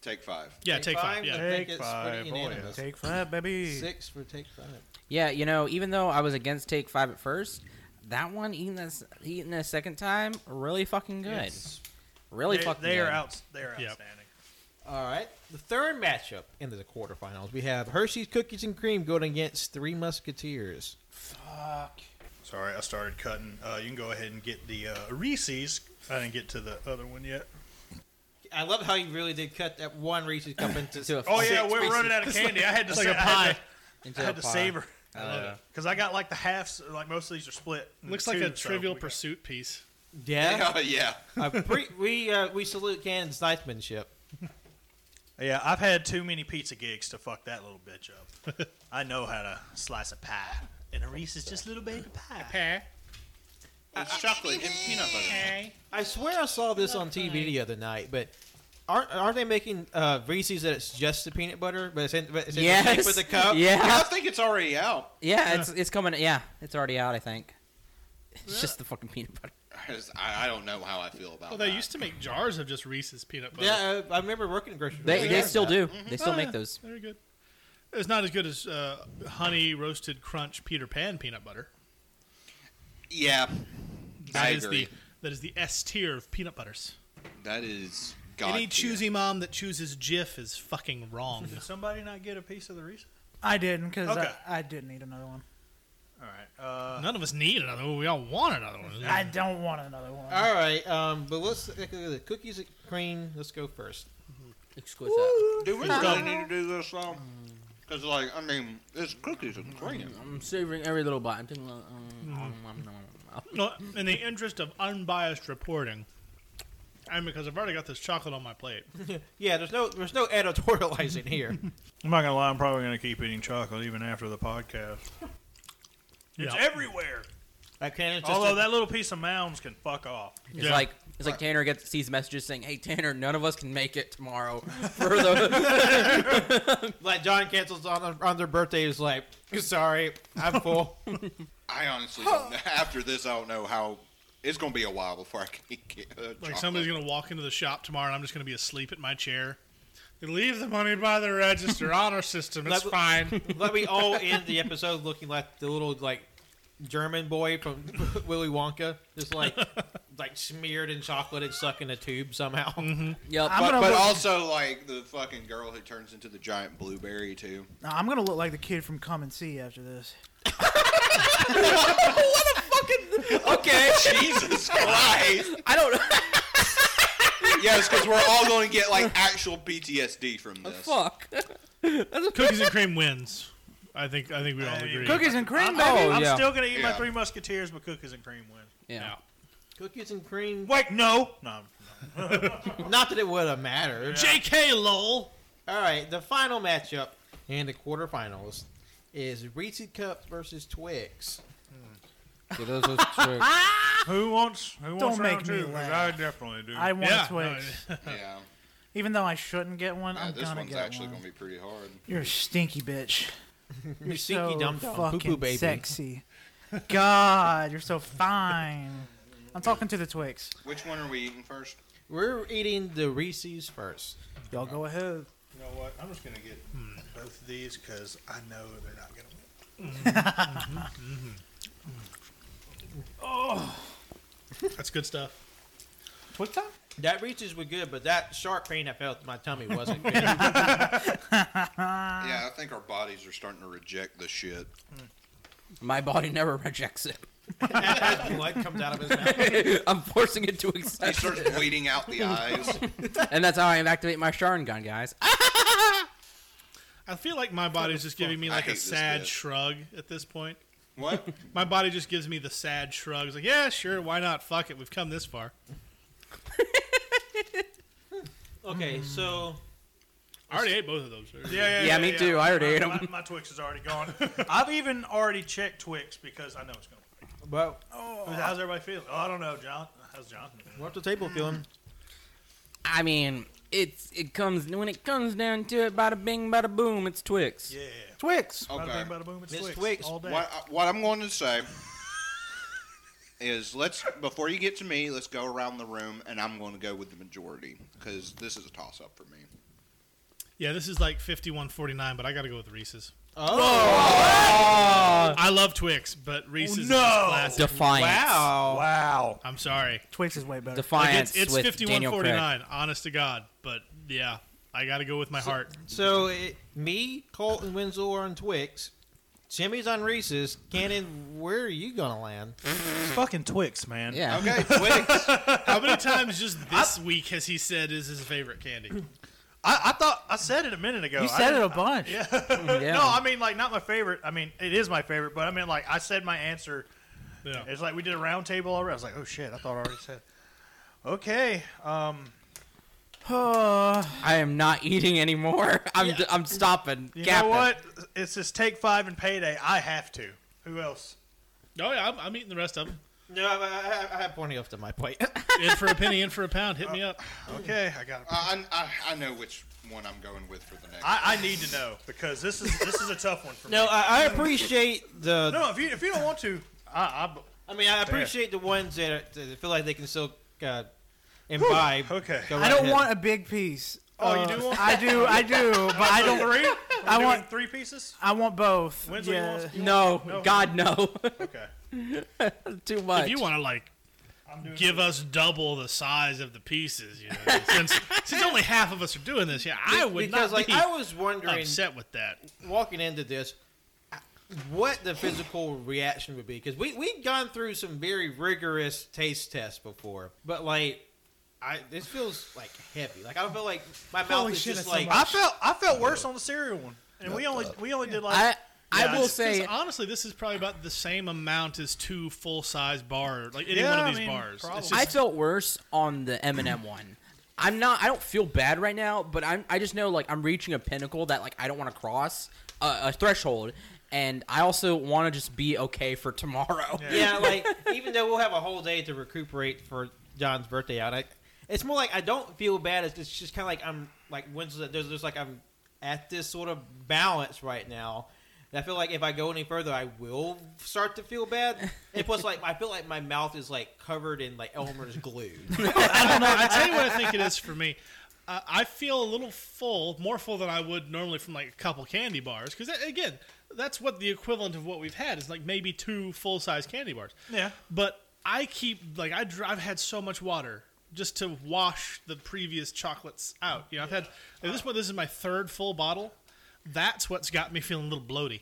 Take five.
Yeah, take five.
I
Yeah.
think
Take
it's
five,
pretty
oh, yeah.
unanimous.
Take five, baby.
Six for take five.
Yeah, you know, even though I was against Take Five at first, that one eating this eating the second time really fucking good.
Yes.
Really
They,
fucking
they
good.
are out. They are
Yep.
outstanding.
All right. The third matchup in the quarterfinals, we have Hershey's Cookies and Cream going against Three Musketeers.
Sorry, I started cutting. Uh, you can go ahead and get the uh, Reese's. I didn't get to the other one yet.
I love how you really did cut that one Reese's cup into.
To a
Oh
fucking-
yeah, we're running out of candy. I had to
It's like
sa-
a
I had
pie.
to-
into
I
a
had to
pie.
savor
I love it.
because I got like the halves. Like most of these are split. into
Looks like a
two, so
Trivial
we got-
Pursuit piece.
yeah.
Oh, yeah.
Uh, pre- we uh, we salute Cannon's knifemanship.
Yeah, I've had too many pizza gigs to fuck that little bitch up. I know how to slice a pie. And a Reese's just little baby pie.
It's chocolate and peanut butter.
I swear I saw this on TV the other night, but aren't aren't they making uh, Reese's that it's just the peanut butter, but it's in, but it's in the shape
Yes.
with the cup?
Yeah, I
Yeah.
think it's already out.
Yeah, it's it's coming yeah, it's already out, I think. It's just the fucking peanut butter.
I, I don't know how I feel about
Well, they
that.
used to make jars of just Reese's peanut butter.
Yeah, I, I remember working in grocery.
They
store.
they still do.
Mm-hmm.
They still
Oh,
make
Ah.
yeah,
those.
Very good. It's not as good as uh, honey roasted crunch Peter Pan peanut butter.
yeah. I
That is
agree.
the that is the S tier of peanut butters.
that is God.
Any
tier.
choosy mom that chooses Jif is fucking wrong.
Did somebody not get a piece of the Reese's?
I didn't because
Okay.
I, I didn't need another one.
All right. Uh,
None of us need another one. We all want another one.
I don't want another one.
All right, um, but let's look at the cookies and cream. Let's go first.
Exquisite.
Do we really need to do this though? Because, like, I mean, it's cookies and cream.
I'm savoring every little bite. I'm thinking, uh, um,
Mm-hmm.
No, in the interest of unbiased reporting, and because I've already got this chocolate on my plate,
Yeah, there's no there's no editorializing here.
I'm not gonna lie. I'm probably gonna keep eating chocolate even after the podcast.
Yeah.
It's everywhere.
I can just
Although that little piece of mounds can fuck off.
It's
Yeah.
like it's like Tanner gets sees messages saying, "Hey Tanner, none of us can make it tomorrow for the
like John cancels on their, on their birthday is like, sorry, I'm full.
I honestly, don't know. after this, I don't know how. It's gonna be a while before I can get. Uh,
like somebody's gonna walk into the shop tomorrow, and I'm just gonna be asleep at my chair. They leave the money by the register honor system. It's
That w-
fine.
Let me all end the episode looking like the little like German boy from Willy Wonka, just like like smeared in chocolate and stuck in a tube somehow.
yep."
I'm
But,
gonna
but
look,
also like the fucking girl who turns into the giant blueberry too.
Nah, I'm gonna look like the kid from Come and See after this.
Okay, Jesus Christ!
I don't.
Yes, because we're all going to get like actual PTSD from this.
fuck.
Cookies and cream wins. I think. I think we all
Hey,
agree.
Cookies and cream,
I'm,
baby.
I'm
Oh, yeah.
still gonna eat my
Yeah.
three musketeers, but cookies and cream win.
Yeah.
Cookies and cream.
Wait, no, no.
Not that it would have mattered.
J.K. Lowell.
All right, the final matchup in the quarterfinals is Reese's Cups versus Twix.
Who wants? Who
Don't
wants
make
round
me
two? 'Cause I
laugh.
definitely do.
I want
Yeah,
a Twix,
no,
Yeah,
even though I shouldn't get one.
yeah
I'm
this
gonna
one's
get
actually
one.
going to be pretty hard.
You're a stinky bitch.
You're
so
stinky dumb dumb poo
fucking
poo baby.
sexy. God, you're so fine. I'm talking to the Twix.
Which one are we eating first?
We're eating the Reese's first.
Y'all go ahead.
You know what? I'm just gonna get both of these because I know they're not gonna win.
that's good stuff.
Twix time?
That Reese's were good, but that sharp pain I felt in my tummy wasn't good.
Uh,
yeah, I think our bodies are starting to reject the shit.
My body never rejects it.
As blood comes out of his mouth.
I'm forcing it to
He
accept,
starts bleeding out the eyes.
and that's how I activate my Sharon gun, guys.
I feel like my body's just giving me
I
like
hate
a
this
sad
bit.
shrug at this point.
What?
My body just gives me the sad shrug. It's like, yeah, sure, why not? Fuck it, we've come this far.
Okay, so
I already ate both of those.
Yeah, yeah,
Yeah, me too. I already
my,
ate 'em.
My, my Twix is already gone. I've even already checked Twix because I know it's going. to
Well,
How's everybody feeling? Oh, I don't know, John. How's John?
what's the table feeling?
I mean, it's it comes when it comes down to it. Bada bing, bada boom. It's Twix.
Yeah.
Twix.
Bada
Okay.
bing, bada boom. It's
Miss
Twix,
Twix,
all day.
What, uh, what I'm going to say is let's before you get to me, let's go around the room, and I'm going to go with the majority because this is a toss up for me.
Yeah, this is like fifty-one forty-nine, but I got to go with Reese's.
Oh,
I love Twix, but Reese's is
no.
just classic.
Defiance.
wow.
Wow.
I'm sorry.
Twix is way better.
Like
Defiance
it's it's
with Daniel Craig.
5149, honest to God. But yeah, I got to go with my heart.
So it, me, Colt, and Winslow are on Twix. Jimmy's on Reese's. Cannon, where are you gonna land?
It's fucking Twix, man.
Yeah.
Okay, Twix.
How many times just this week has he said is his favorite candy?
I, I thought I said it a minute ago.
you
I
said it
didn't-
a Mm-hmm. bunch.
Yeah.
Yeah.
No, I mean like not my favorite. I mean it is my favorite, but I mean like I said my answer.
Yeah.
It's like we did a round table already. I was like, oh shit, I thought I already said. Okay. Um.
Uh,
I am not eating anymore. I'm d- I'm stopping.
You
Captain.
know what? It's this take five and payday. I have to. Who else?
Oh yeah, I'm, I'm eating the rest of them.
No, I, I, I have plenty left on my plate.
In for a penny, in for a pound. Hit me up.
Okay, I got. it.
I, I, I know which one I'm going with for the next.
I, I need to know because this is this is a tough one for me.
no,
uh,
I, I appreciate the.
no. If you if you don't want to, I, I
I mean, I appreciate the ones that, are, that feel like they can still uh, imbibe.
okay.
Go
I
right
don't
ahead.
want a big piece.
Oh, you
Uh,
do want-
I do. I do. But I
So
don't.
Three.
I
I want
want-
three pieces.
I want both.
Winslow, you
yeah.
want-
No,
No.
God, no.
Okay.
Too much.
If you want to like
I'm doing
give us double the size of the pieces, you know, since since only half of us are doing this, yeah, I would
because,
not
like,
be
I was wondering
upset with that.
walking into this uh, what the physical reaction would be because we we've gone through some very rigorous taste tests before, but like. I, this feels like heavy. Like I don't feel like my mouth
Holy
is
shit,
just
that's so
like
much.
I felt I felt worse on the cereal one, and we only we only did like
I I
Yeah,
will
it's- 'cause
say
honestly, this is probably about the same amount as two full size bar, like any
Yeah,
one
I
of these
mean,
bars. It's
probably.
just-
I felt worse on the Eminem one. I'm not. I don't feel bad right now, but I'm. I just know like I'm reaching a pinnacle that like I don't want to cross uh, a, a threshold, and I also want to just be okay for tomorrow.
yeah, like even though we'll have a whole day to recuperate for John's birthday out, I, it's more like I don't feel bad. It's just, kind of like I'm like when's the- there's just like I'm at this sort of balance right now. And I feel like if I go any further, I will start to feel bad. And plus, like I feel like my mouth is like covered in like Elmer's glue.
I don't know. I tell you what I think it is for me. Uh, I feel a little full, more full than I would normally from like a couple candy bars. Because again, that's what the equivalent of what we've had is like maybe two full size candy bars.
Yeah.
But I keep like I dr- I've had so much water just to wash the previous chocolates out. You know, I've had at this point this is my third full bottle. That's what's got me feeling a little bloaty.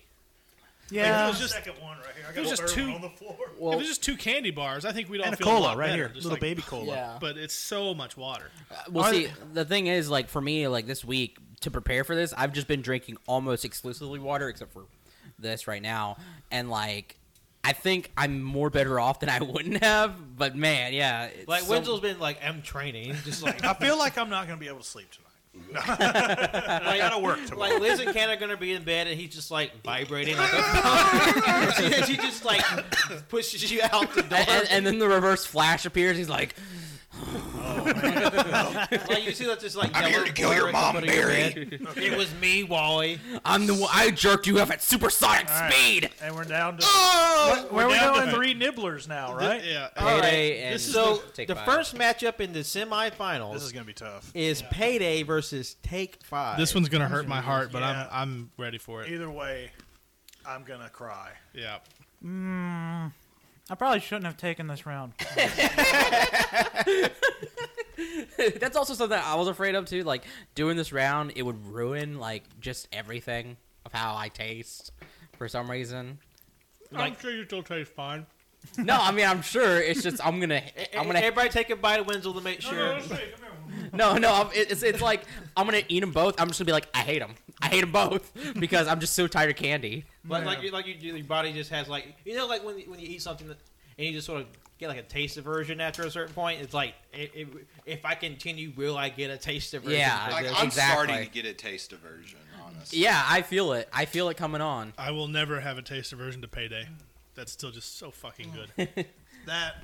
Yeah.
it was just
second one right here. I
was
a
just
third
two-
one on the floor.
if it was just two candy bars, I think we'd all
and a
feel a
cola
lot
right
better,
here,
just
little
like-
baby cola.
Yeah.
But it's so much water.
Well,
Are
see, the thing is, like for me, like this week to prepare for this, I've just been drinking almost exclusively water, except for this right now, and like I think I'm more better off than I wouldn't have. But man, yeah, it's
Like
so-
Wenzel's been like I'm training, just like
I feel like I'm not going to be able to sleep tonight. I got to work tomorrow.
like Liz and Ken are gonna be in bed, and he's just like vibrating. Like she, she just like pushes you out the door.
And, and- and then the reverse flash appears. He's like,
Like you see that just like
I'm
yellow
here to kill
blur
your
at
mom,
the foot of your
Barry.
bed. it was me, Wally.
"I'm the one. I jerked you up at supersonic
All right.
speed."
And we're down to
Where
Oh!
we're
are we
down
going?
to three nibblers now,
Th-
right?
Yeah.
Payday and
This is
So
Take
the
Five.
first matchup in the semifinals
This is
is,
going to be tough.
Payday versus Take Five.
This one's gonna hurt my heart, but
Yeah.
I'm I'm ready for it.
Either way, I'm going to cry.
Yeah.
I probably shouldn't have taken this round.
That's also something I was afraid of too. Like doing this round, it would ruin like just everything of how I taste for some reason.
I'm sure you still taste fine.
No, I mean I'm sure it's just I'm gonna I'm gonna
everybody take a bite of Wenzel to make sure.
no no I'm, it- it's it's like I'm gonna eat them both. I'm just gonna be like I hate them. I hate them both because I'm just so tired of candy.
But like you, like you do, your body just has like you know like when when you eat something that, and you just sort of get like a taste aversion after a certain point. It's like it, it, if I continue, will I get a taste aversion?
Yeah,
for
Like
this?
I'm
Exactly.
starting to get a taste aversion, honestly.
Yeah, I feel it. I feel it coming on.
I will never have a taste aversion to payday. That's still just so fucking good.
That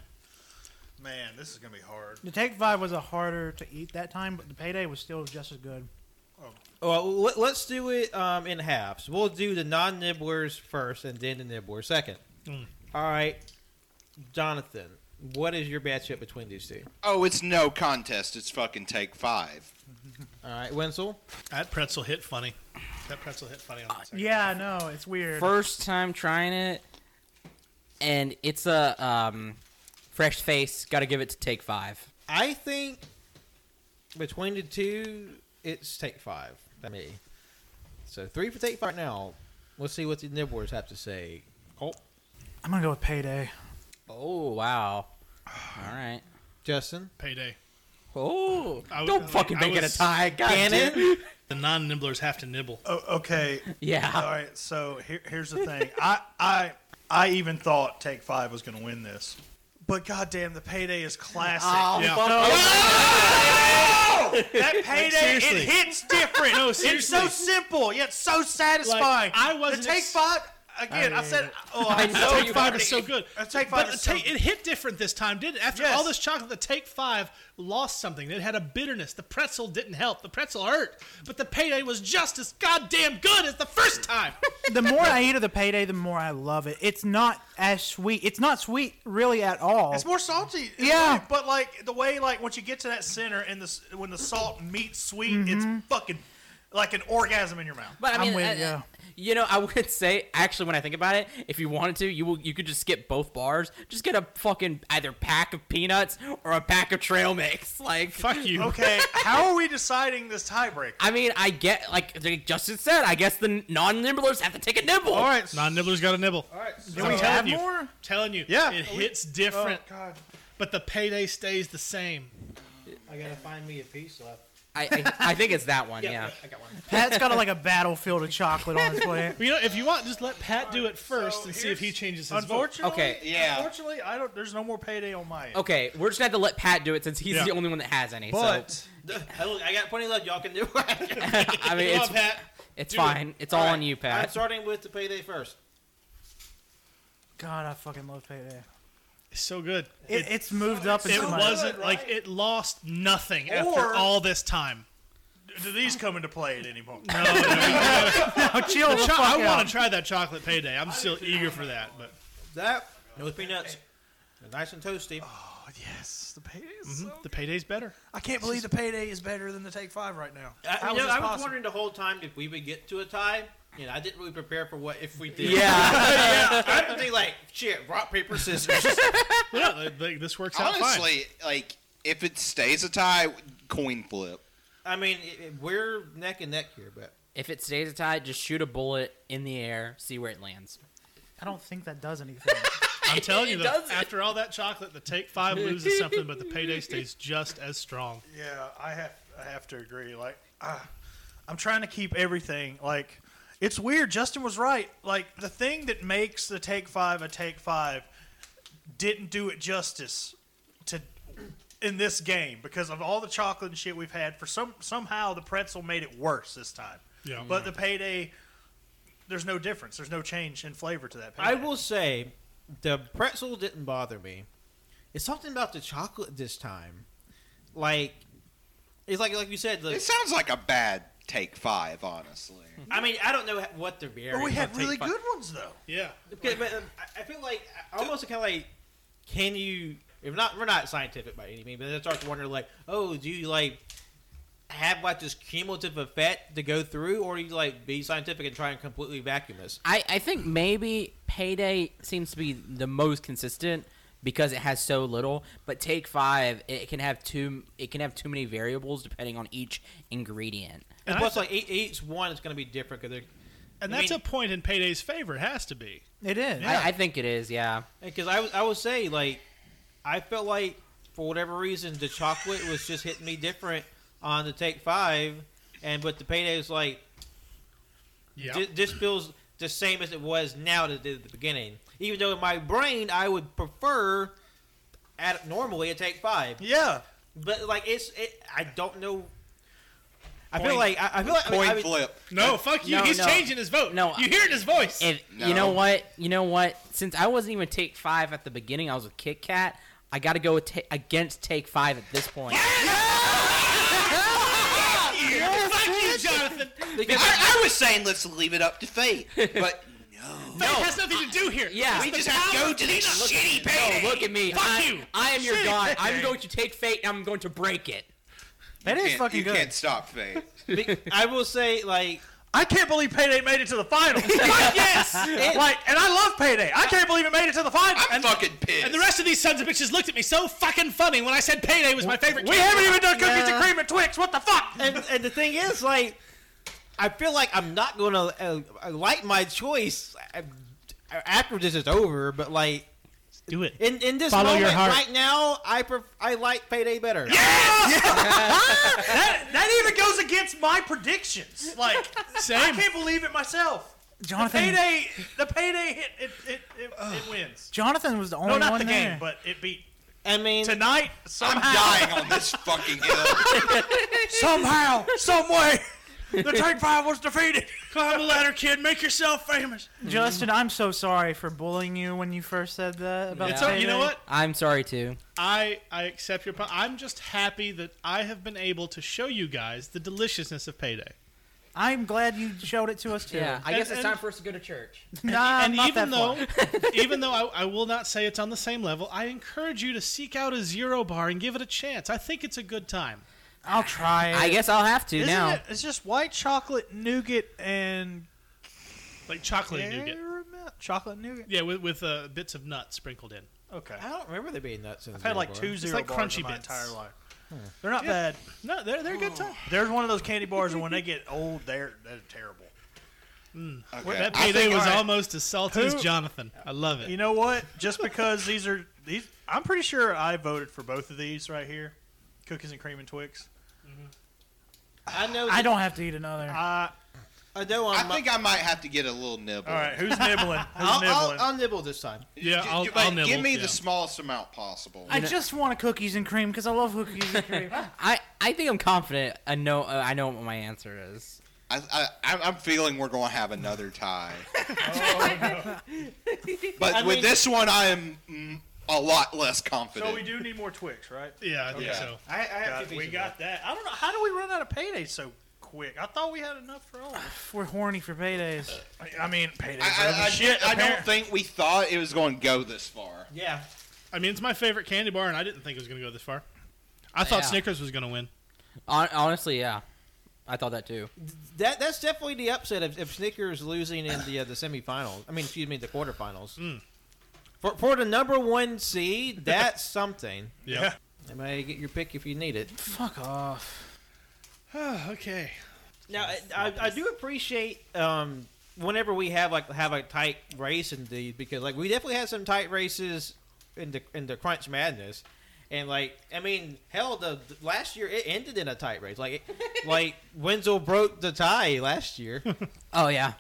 man, this is gonna be hard.
The Take Five was a harder to eat that time, but the payday was still just as good.
Well, let, let's do it um, in halves. We'll do the non nibblers first, and then the nibblers second.
Mm.
All right, Jonathan, what is your matchup between these two?
Oh, it's no contest. It's fucking take five.
All right, Wenzel.
that pretzel hit funny. That pretzel hit funny on that second.
Yeah, I know it's weird.
First time trying it, and it's a um, fresh face. Got to give it to Take Five.
I think between the two, it's take five. That me. So three for take five now. Let's see what the nibblers have to say. Colt,
I'm gonna go with payday.
Oh wow! All right.
Justin,
Payday.
Oh,
I was-
don't fucking
I
make it
was-
a tie, God
Gannon?
damn.
The non nibblers have to nibble.
Oh, okay, all
Yeah,
right. So here, here's the thing. I I I even thought Take Five was gonna win this, but goddamn, the payday is classic. Oh!
yeah.
That payday
seriously.
it hits different.
No,
it's so
seriously.
simple yet so
Like,
satisfying.
I wasn't
the Take
ex-
Five again. I, said, oh, I know
Take
you
five
already-
is so good.
Uh, Take Five
but
is
the
so
take, it hit different this time, didn't it? After
Yes.
all this chocolate, the take five lost something. It had a bitterness. The pretzel didn't help. The pretzel hurt, but the payday was just as goddamn good as the first time.
the more I eat of the payday, the more I love it. It's not as sweet. It's not sweet really at all.
It's more salty. in a
Yeah.
way, but like the way like once you get to that center and the s- when the salt meets sweet, it's fucking like an orgasm in your mouth.
but I
I'm
mean,
with
uh,
you.
uh, you know, I would say actually, when I think about it, if you wanted to, you will, you could just skip both bars. Just get a fucking either pack of peanuts or a pack of trail mix. Like,
Fuck you.
Okay, how are we deciding this tiebreaker?
I mean, I get like like Justin said. I guess the non-nibblers have to take a nibble.
All right,
Non nibblers got to nibble.
all right. So,
Do we
I'm telling
have
you.
more?
Telling you,
Yeah.
it
Are
hits different,
Oh, God.
but the payday stays the same.
I gotta find me a piece left.
I, I, I think it's that one. yeah.
I got one.
Pat's got like a battlefield of chocolate on his plate.
You know, if you want, just let Pat do it first
so
and see if he
here's-
changes his vote.
Unfortunately,
Okay,
yeah.
Unfortunately, I don't. There's no more payday on my end.
Oh.
Okay, we're just gonna have to let Pat do it since he's
Yeah.
the only one that has any.
But
so,
I got plenty left. Y'all can do it.
I mean,
Come on,
it's
Pat.
it's
do it.
fine. It's all,
right,
on you,
I'm
Pat.
starting with the payday first.
God, I fucking love payday.
It's so good.
It, it's moved up. in
It
so much.
wasn't
Good,
like
right?
it lost nothing after
Or-
all this time.
Do these come into play at any moment?
No, no, no.
Oh, chill the
Cho-
fuck
I
out.
want to try that chocolate payday. I'm still eager for that. But
That with peanuts, They're nice and toasty.
Oh, yes, the payday. Is
Mm-hmm.
so
the payday's better.
I can't believe the payday is better than the take five right now.
I, Uh,
How
you
is
know,
this
I was
possible?
wondering the whole time if we would get to a tie. You know, I didn't really prepare for what if we did.
Yeah.
I don't think like shit. Rock paper scissors.
Yeah, like, like, this works out fine.
Honestly, like if it stays a tie, coin flip.
I mean, it, it- we're neck and neck here, but
if it stays a tie, just shoot a bullet in the air, see where it lands.
I don't think that does anything.
I'm telling
it
you, though,
doesn't.
after all that chocolate, the take five loses something, but the payday stays just as strong.
Yeah, I have I have to agree. Like, uh, I'm trying to keep everything like. It's weird. Justin was right. Like the thing that makes the take five a take five didn't do it justice to in this game because of all the chocolate and shit we've had. For some somehow the pretzel made it worse this time.
Yeah.
But the payday, there's no difference. There's no change in flavor to that. Payday.
I will say the pretzel didn't bother me. It's something about the chocolate this time. Like it's like like you said. The,
It sounds like a bad take five, honestly.
I mean, I don't know what the
But
variant.
we had really good ones though.
Yeah.
Okay, but um, I I feel like I- I almost kind of like, can you? If not, we're not scientific by any means, but it starts to wonder like, oh, do you like have like this cumulative effect to go through, or you like be scientific and try and completely vacuum this?
I, I think maybe payday seems to be the most consistent because it has so little but take five it can have too it can have too many variables depending on each ingredient
And,
And
plus,
I-
like each, each one is going to be different because
And
I
that's
mean-
a point in payday's favor. It has to be.
it is.
I, I think it is yeah
because I was- I would say like I felt like for whatever reason the chocolate was just hitting me different on the take five, and but the payday was like
Yeah.
Thi- This feels the same as it was now that it did at the beginning. Even though in my brain I would prefer at normally it'd take five.
Yeah.
But like it's, it, I don't know. I feel
Point-
like I, I feel like I mean,
Point
I mean,
flip.
Uh,
No, fuck you.
no,
He's
no.
changing his vote.
No,
you hear it in his voice.
If
No.
you know what, you know what. Since I wasn't even take five at the beginning, I was with Kit Kat. I got to go with ta- against take five at this point.
fuck you, Jonathan.
Because I, I was saying let's leave it up to fate, but no.
That has nothing to do here.
Yeah.
It's
We
the
just have to
power
go
of
to the
peanut.
shitty
No,
payday.
look at me.
Fuck
I,
you.
I am your
Shit.
god. I'm
Okay.
going to take fate and I'm going to break it.
That
You
is
can't-
fucking
you
good.
can't stop fate.
be- I will say like
I can't believe Payday made it to the finals. Fuck yes! like, and I love Payday. I can't believe it made it to the finals.
I'm
and
fucking pissed.
And the rest of these sons of bitches looked at me so fucking funny when I said payday was my favorite.
we
candy.
haven't even done cookies
Yeah.
and cream and Twix. What the fuck?
and, and the thing is, like, I feel like I'm not going to uh, like my choice uh, after this is over. But like
do it.
in in this
Follow
moment
your heart.
right now, I pref- I like Payday better.
Ah, That, that even goes against my predictions. Like, I
Same.
can't believe it myself.
Jonathan-
The payday, the payday hit, it, it, it, it wins.
Jonathan was the only
No, not
one
the
there.
game, but it beat.
I mean,
Tonight,
I'm
somehow.
dying on this fucking hill.
somehow, some way, the Take Five was defeated.
Climb the ladder, kid. Make yourself famous.
Justin, I'm so sorry for bullying you when you first said that about
It's o- you know
Payday.
what?
I'm sorry too.
I I accept your. po- I'm just happy that I have been able to show you guys the deliciousness of payday.
I'm glad you showed it to us too.
Yeah, I
And-
guess it's
and-
time for us to go to church.
Nah,
and
not
even
that far.
though, even though I, I will not say it's on the same level, I encourage you to seek out a zero bar and give it a chance. I think it's a good time.
I'll try it.
I guess I'll have to now.
It's just white chocolate nougat and
Like chocolate nougat.
caramel- Chocolate nougat.
Yeah, with, with uh, bits of nuts sprinkled in.
Okay.
I don't remember there being nuts. In
I've had like two
It's
zero
like
bars
crunchy
in my
bits.
entire life. They're not
Yeah.
bad.
No, they're they're a good time.
There's one of those candy bars, and when they get old, they're they're terrible.
Okay.
That
I
payday
think-
was
all right.
almost as salty as
Who-
Jonathan. I love it.
You know what? Just because these are these, I'm pretty sure I voted for both of these right here, cookies and cream and Twix.
I know.
I don't have to eat another.
Uh,
I know.
I
I'm,
think I might have to get a little nibble.
all right, who's nibbling? Who's
I'll, I'll,
nibbling?
I'll nibble this time.
yeah,
Ju-
I'll,
ju-
I'll
but
nibble.
give me
yeah.
the smallest amount possible.
I just want a cookies and cream because I love cookies and cream.
I, I think I'm confident. I know uh, I know what my answer is.
I, I, I'm- I'm feeling we're going to have another tie. but
I
with
mean-
this one, I am mm, a lot less confident.
so we do need more Twix, right?
Yeah, I think
Okay.
so.
I, I
God,
have to
we got that. I don't know how do we run out of payday so quick. I thought we had enough for all. of us.
We're horny for paydays.
I mean, payday.
I, I, I, I don't think we thought it was going to go this far.
Yeah.
I mean, it's my favorite candy bar, and I didn't think it was going to go this far. I thought
Yeah.
Snickers was going to win.
Hon- honestly, yeah, I thought that too.
That that's definitely the upset of, of Snickers losing in the uh, the semifinals. I mean, excuse me, the quarterfinals. For for the number one seed, that's something.
Yeah.
I may get your pick if you need it.
Fuck off.
okay.
Now, I, I, I do appreciate um, whenever we have like have a tight race indeed because like we definitely had some tight races in the in the Crunch Madness, and like I mean, hell, the, the- last year it ended in a tight race. Like, it- like Wenzel broke the tie last year.
Oh yeah,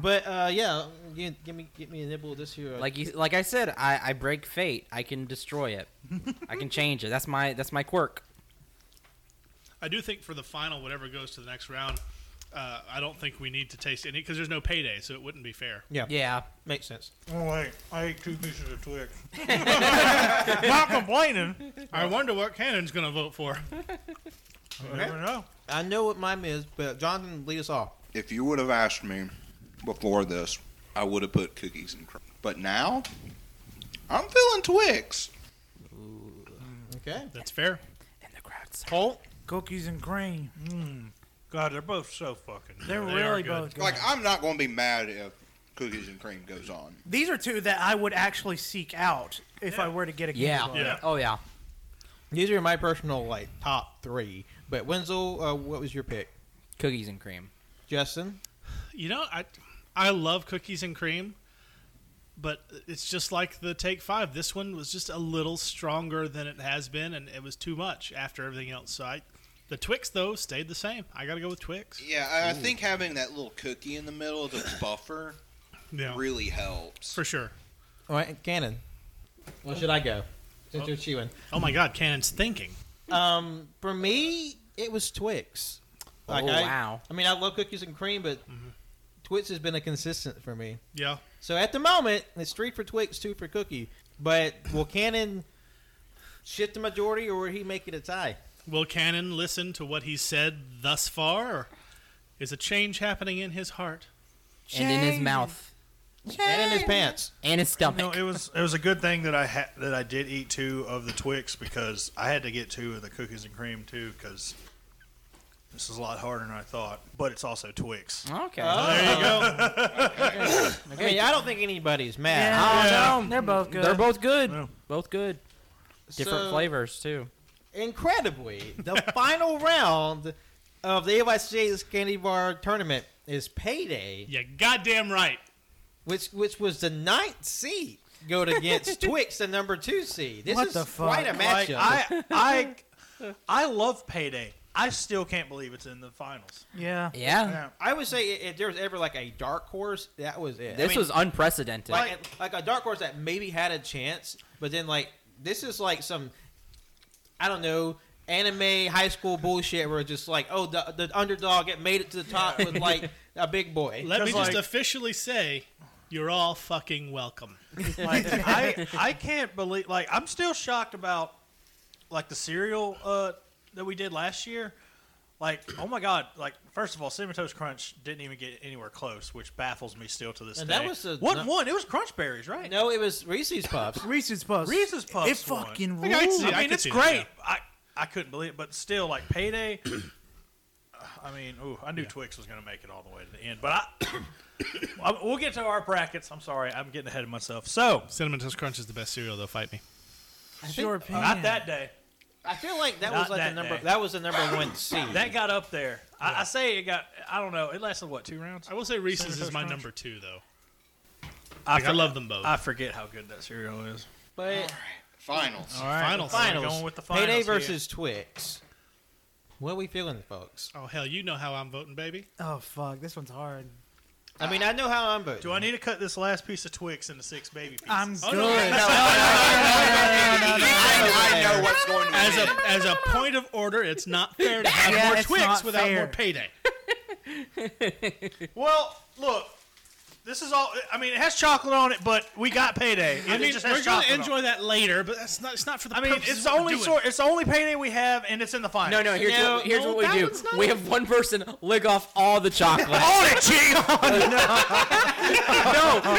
But uh, yeah, give, give me give me a nibble of this here. uh,
like you, like I said, I, I break fate. I can destroy it. I can change it. That's my that's my quirk.
I do think for the final, whatever goes to the next round, uh, I don't think we need to taste any because there's no payday, so it wouldn't be fair.
yeah,
Yeah,
makes sense.
Oh, wait, I ate two pieces of Twix. Not complaining.
I wonder what Cannon's going to vote for.
You Never know.
I know what mine is, but Jonathan, lead us off.
If you would have asked me before this, I would have put cookies and cream. But now, I'm feeling Twix.
Okay,
That's fair.
and the crowd's
Colt.
Cookies and cream.
God, they're both so fucking.
They're
they are
really
good.
both good.
Like, I'm not going to be mad if cookies and cream goes on.
These are two that I would actually seek out if I were to get a candy
Yeah.
bar.
Yeah.
Oh yeah.
These are my personal like top three. But Wenzel, uh, what was your pick?
Cookies and cream.
Justin.
You know, I I love cookies and cream, but it's just like the take five. This one was just a little stronger than it has been, and it was too much after everything else. So I, the Twix though stayed the same. I got to go with Twix.
Yeah, I, I think having that little cookie in the middle to buffer
Yeah,
really helps.
for sure.
All right, Cannon. Well, should I go? Since you're chewing.
Oh my God, Cannon's thinking.
Um, for me, it was Twix.
oh
I,
wow.
I mean, I love cookies and cream, but Twix has been a consistent for me.
Yeah.
So at the moment, it's three for Twix, two for Cookie. But will Cannon shift the majority, or will he make it a tie?
Will Cannon listen to what he said thus far? Or is a change happening in his heart?
And in his mouth.
And in his pants.
And his stomach.
No, it was it was a good thing that I had that I did eat two of the Twix because I had to get two of the cookies and cream too because this is a lot harder than I thought. But it's also Twix.
okay.
there you go. Oh. I mean, I don't think anybody's mad.
Oh, no.
They're both good.
They're both good.
No.
Both good. Different
So,
flavors too.
Incredibly, the final round of the AYCA's Candy Bar Tournament is Payday,
Yeah, goddamn right.
which which was the ninth seed going against Twix, the number two seed. This
What
is
the fuck?
quite a
Like,
matchup.
I I I love Payday. I still can't believe it's in the finals.
yeah.
Yeah.
I would say i- if there was ever like a dark horse, that was it. I
This
mean,
was unprecedented.
like like a dark horse that maybe had a chance, but then like this is like some I don't know anime high school bullshit where it's just like oh the the underdog it made it to the top with like a big boy.
Let me
Because,
just
like-
officially say, you're all fucking welcome.
Like I I can't believe like I'm still shocked about like the cereal uh that we did last year. Like oh my god! Like first of all, cinnamon toast crunch didn't even get anywhere close, which baffles me still to this
And
day.
that was the-
what
no-
one? It was crunch berries, right?
No, it was Reese's Puffs.
Reese's Puffs.
Reese's Puffs
It
won.
fucking
I can
rules.
see
I
I
mean,
could
it's
see that,
great. I I couldn't believe it, but still, like payday. I mean, ooh, I knew Twix was going to make it all the way to the end, but I, I- we'll get to our brackets. I'm sorry, I'm getting ahead of myself. So
Cinnamon Toast Crunch is the best cereal, though. Fight me.
Sure,
not that day.
I feel like that
Not
was like
that
the number
day.
that was the number one seed.
That got up there. I, I say it got. I don't know. It lasted what two rounds?
I will say Reese's is
Cinnamon Toast
my
Crunch?
number two, though.
I,
Like, I
for-
love them both.
I forget how good that cereal is.
but
Finals.
Finals.
finals
going with the
Payday
finals here.
versus Twix. What are we feeling, folks?
Oh hell, you know how I'm voting, baby.
Oh fuck, this one's hard.
I mean, I know how I'm voting.
Do I need to cut this last piece of Twix into six baby pieces?
I'm
Oh,
good.
no,
I know what's going to
As
win.
a as a point of order, it's not fair to have
Yeah,
more
it's
Twix
not
without
fair.
more payday.
Well, look, this is all. I mean, it has chocolate on it, but we got payday.
I
It
mean,
just has
we're going
chocolate
to
on
enjoy that later, but that's not. It's not for the.
it. I mean,
purposes
it's
of
the
what
only
we're doing.
sort. It's the only payday we have, and it's in the final.
no, no. Here's
No,
what, here's
no,
what we do.
that's not
We have one person lick off all the chocolate. no,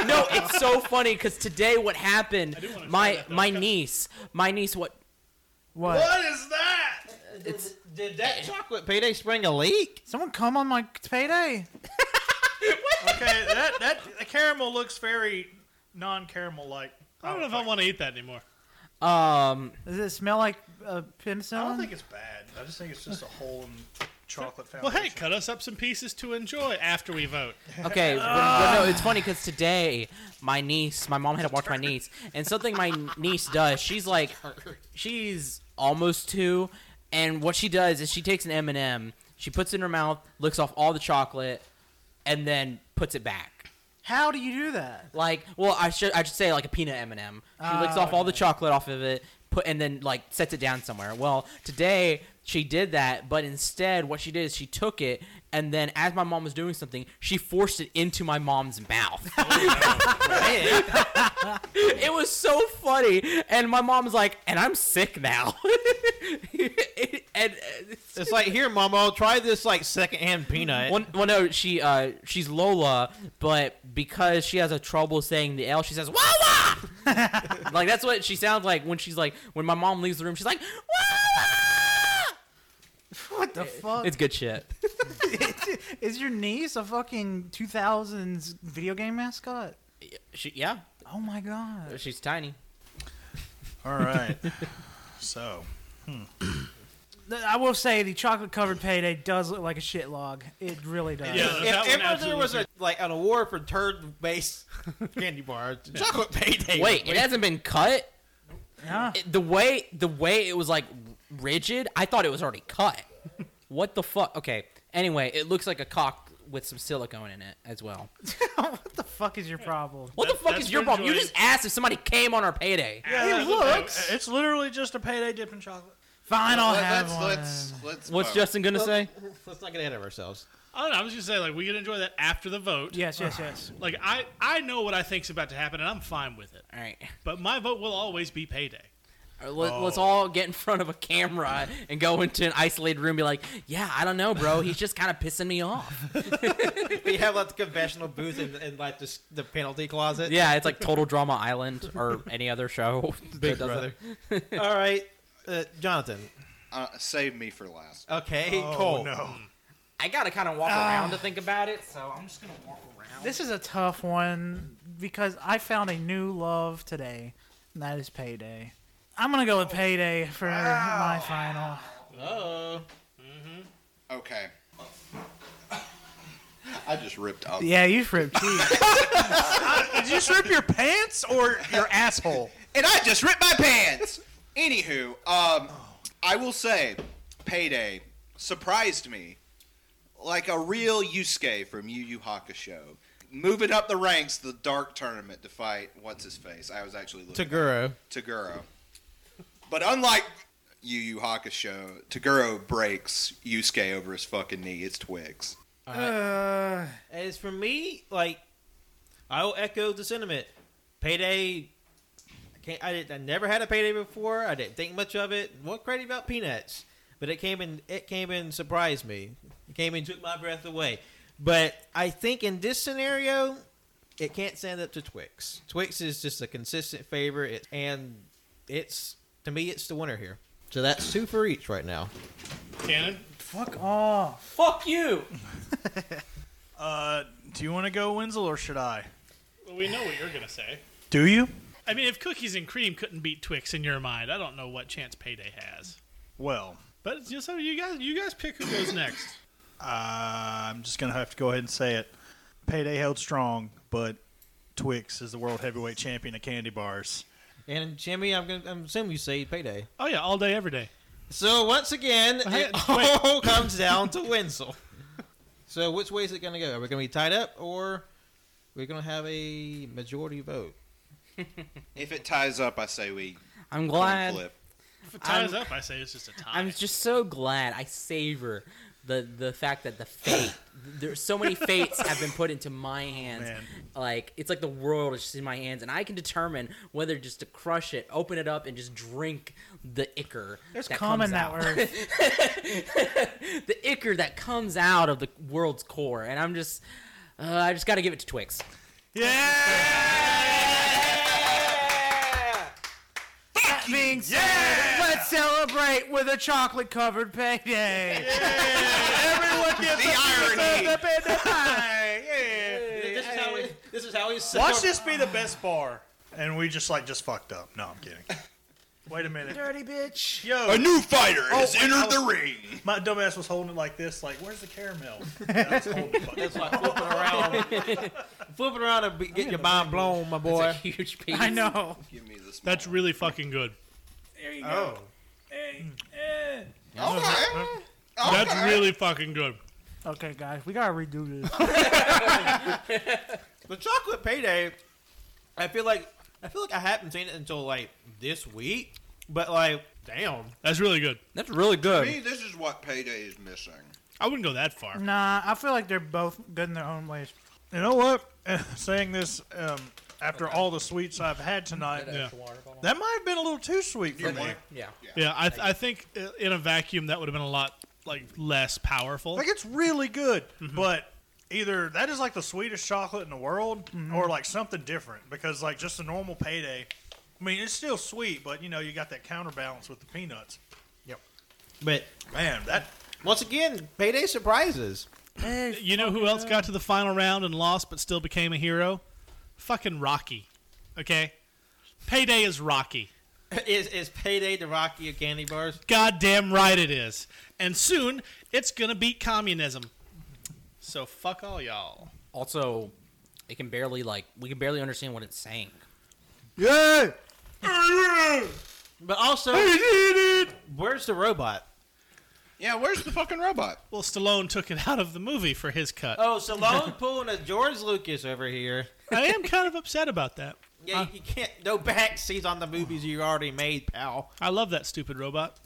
no, it's so funny because today what happened?
do wanna try
My
that, though.
my niece, my niece, what?
What?
is that?
Did that chocolate Payday spring a leak?
Someone come on my payday.
Okay, that that the caramel looks very Oh, non-caramel like.
I don't know if I want to eat that anymore.
Um,
Does it smell like uh, penicillin?
I don't think it's bad. I just think it's just a hole in chocolate
Well,
fountain.
hey, cut us up some pieces to enjoy after we vote.
okay, but- but no, it's funny because today my niece, my mom had to watch my niece, and something my niece does, she's like, she's almost two, and what she does is she takes an M and m she puts it in her mouth, licks off all the chocolate, and then puts it back.
How do you do that?
Like, well, I should I should say like a peanut M and m She licks off all the chocolate off of it, put and then like sets it down somewhere. Well, today she did that, but instead, what she did is she took it and then, as my mom was doing something, she forced it into my mom's mouth. it was so funny, and my mom's like, "And I'm sick now." and uh,
It's like here, Mama, I'll try this like secondhand peanut.
well, well, no, she uh, she's Lola, but because she has a trouble saying the L, she says Wawa. like that's what she sounds like when she's like when my mom leaves the room, she's like Wawa.
What the fuck?
"Oh, It's good shit.
Is your niece a fucking 2000s video game mascot?
She, yeah,
Oh my god.
she's tiny.
All right. So
Th- I will say the chocolate covered payday does look like a shit log. It really does.
Yeah. that
if
one
ever there
absolutely
was a like an award for turd based candy bar, chocolate Payday.
Wait, it hasn't been cut.
Huh?
It- the way the way it was like rigid, I thought it was already cut. what the fuck? Okay. Anyway, it looks like a cock with some silicone in it as well.
what the fuck is your problem?
What
That-
the fuck
that's
is your
your
problem? You
joy.
just asked if somebody came on our payday.
Yeah,
it
that's the thing.
looks-
It's literally just a payday dipped in chocolate.
Fine, I'll
Let-
have one.
let's, let's let's
What's
vote.
Justin gonna say?
Let's not get ahead of ourselves.
I don't know. I was just gonna say like we can enjoy that after the vote.
Yes, yes, yes.
Like I I know what I think's about to happen and I'm fine with it.
All right,
But my vote will always be payday.
All right, let, let's all get in front of a camera and go into an isolated room. and Be like, yeah, I don't know, bro. He's just kind of pissing me off.
we have like the confessional booth and, and like the, the penalty closet.
Yeah, it's like Total Drama Island or any other show. that
Big
does
brother.
it.
All right, uh, Jonathan.
Uh, save me for last.
Okay,
Oh,
Cole.
Oh, no.
mm.
I gotta kind of walk around to think about it, so I'm just gonna walk around.
This is a tough one because I found a new love today, and that is payday. I'm gonna go with payday for my final.
Oh,
Okay. I just ripped up.
Yeah, you ripped cheese.
Uh, Did you just rip your pants or your asshole?
and I just ripped my pants. Anywho, um, I will say, Payday surprised me like a real Yusuke from Yu Yu Hakusho. Moving up the ranks, the dark tournament to fight what's his face. I was actually looking at
Taguro.
Taguro. But unlike Yu Yu Hakusho, Taguro breaks Yusuke over his fucking knee. It's Twix.
uh,
As for me, like I will echo the sentiment. Payday. I can't. I, did, I never had a payday before. I didn't think much of it. What crazy about peanuts? But it came and it came and surprised me. It came and took my breath away. But I think in this scenario, it can't stand up to Twix. Twix is just a consistent favorite, it, and it's to me, it's the winner here. So that's two for each right now.
Cannon?
fuck off.
Fuck you.
Uh, do you want to go Wenzel or should I?
Well, we know what you're gonna say.
Do you?
I mean, if cookies and cream couldn't beat Twix in your mind, I don't know what chance payday has.
Well,
But it's just so you guys, you guys pick who goes next.
uh, I'm just gonna have to go ahead and say it. Payday held strong, but Twix is the world heavyweight champion of candy bars.
And Jimmy, I'm gonna I'm assuming you say payday.
Oh yeah, all day, every day.
So once again, it
wait.
all comes down to Wenzel. So which way is it going to go? Are we going to be tied up, or we're going to have a majority vote?
If it ties up, I say we
I'm
coin
glad.
flip.
If it ties up, I say it's just a tie.
I'm just so glad I savor the the fact that the fate there's so many fates have been put into my hands.
Man.
Like it's like the world is just in my hands and I can determine whether just to crush it, open it up and just drink the ichor.
There's
that
cum
comes
in that
out.
word.
the ichor that comes out of the world's core and I'm just uh, I just got to give it to Twix.
That being said, let's celebrate with a chocolate covered payday. Everyone gets
The irony.
a payday pie.
This is how we. This is how we. set
Watch
up-
this be the best bar, and we just like just fucked up. No, I'm kidding. Wait a minute,
Dirty bitch.
yo,
A new fighter
Oh,
has
wait,
entered
I
the ring.
my dumbass was holding it like this. Like, where's the caramel? And I was holding it like-
That's why flipping around, flipping around, and be, get your mind blown, my
It's a
boy.
huge piece.
I know.
Give me this.
That's really fucking good.
oh,
okay.
That's really fucking good.
Okay, guys, we gotta redo this.
The chocolate payday. I feel like I feel like I haven't seen it until like this week, but like damn,
That's really good.
That's really
To
good.
me, this is what Payday is missing.
I wouldn't go that far.
nah, I feel like they're both good in their own ways.
you know what? Saying this um, after all the sweets I've had tonight,
Yeah,
that might have been a little too sweet for me.
Yeah.
yeah. I, th- I think uh, in a vacuum that would have been a lot like less powerful.
Like it's really good, but either that is like the sweetest chocolate in the world, or like something different. Because like just a normal payday, I mean, it's still sweet, but you know you got that counterbalance with the peanuts.
but
Man, that
once again, payday surprises.
You know who else got to the final round and lost but still became a hero? Fucking Rocky. Okay? Payday is Rocky.
Is is payday the Rocky of candy bars?
Goddamn right it is. And soon it's gonna beat communism. So fuck all y'all.
Also, it can barely like we can barely understand what it's saying.
Yeah.
But also, where's the robot?
Yeah, where's the fucking robot?
Well, Stallone took it out of the movie for his cut.
Oh, Stallone pulling a George Lucas over here.
I am kind of upset about that.
Yeah, you can't no backseats on the movies you already made, pal.
I love that stupid robot.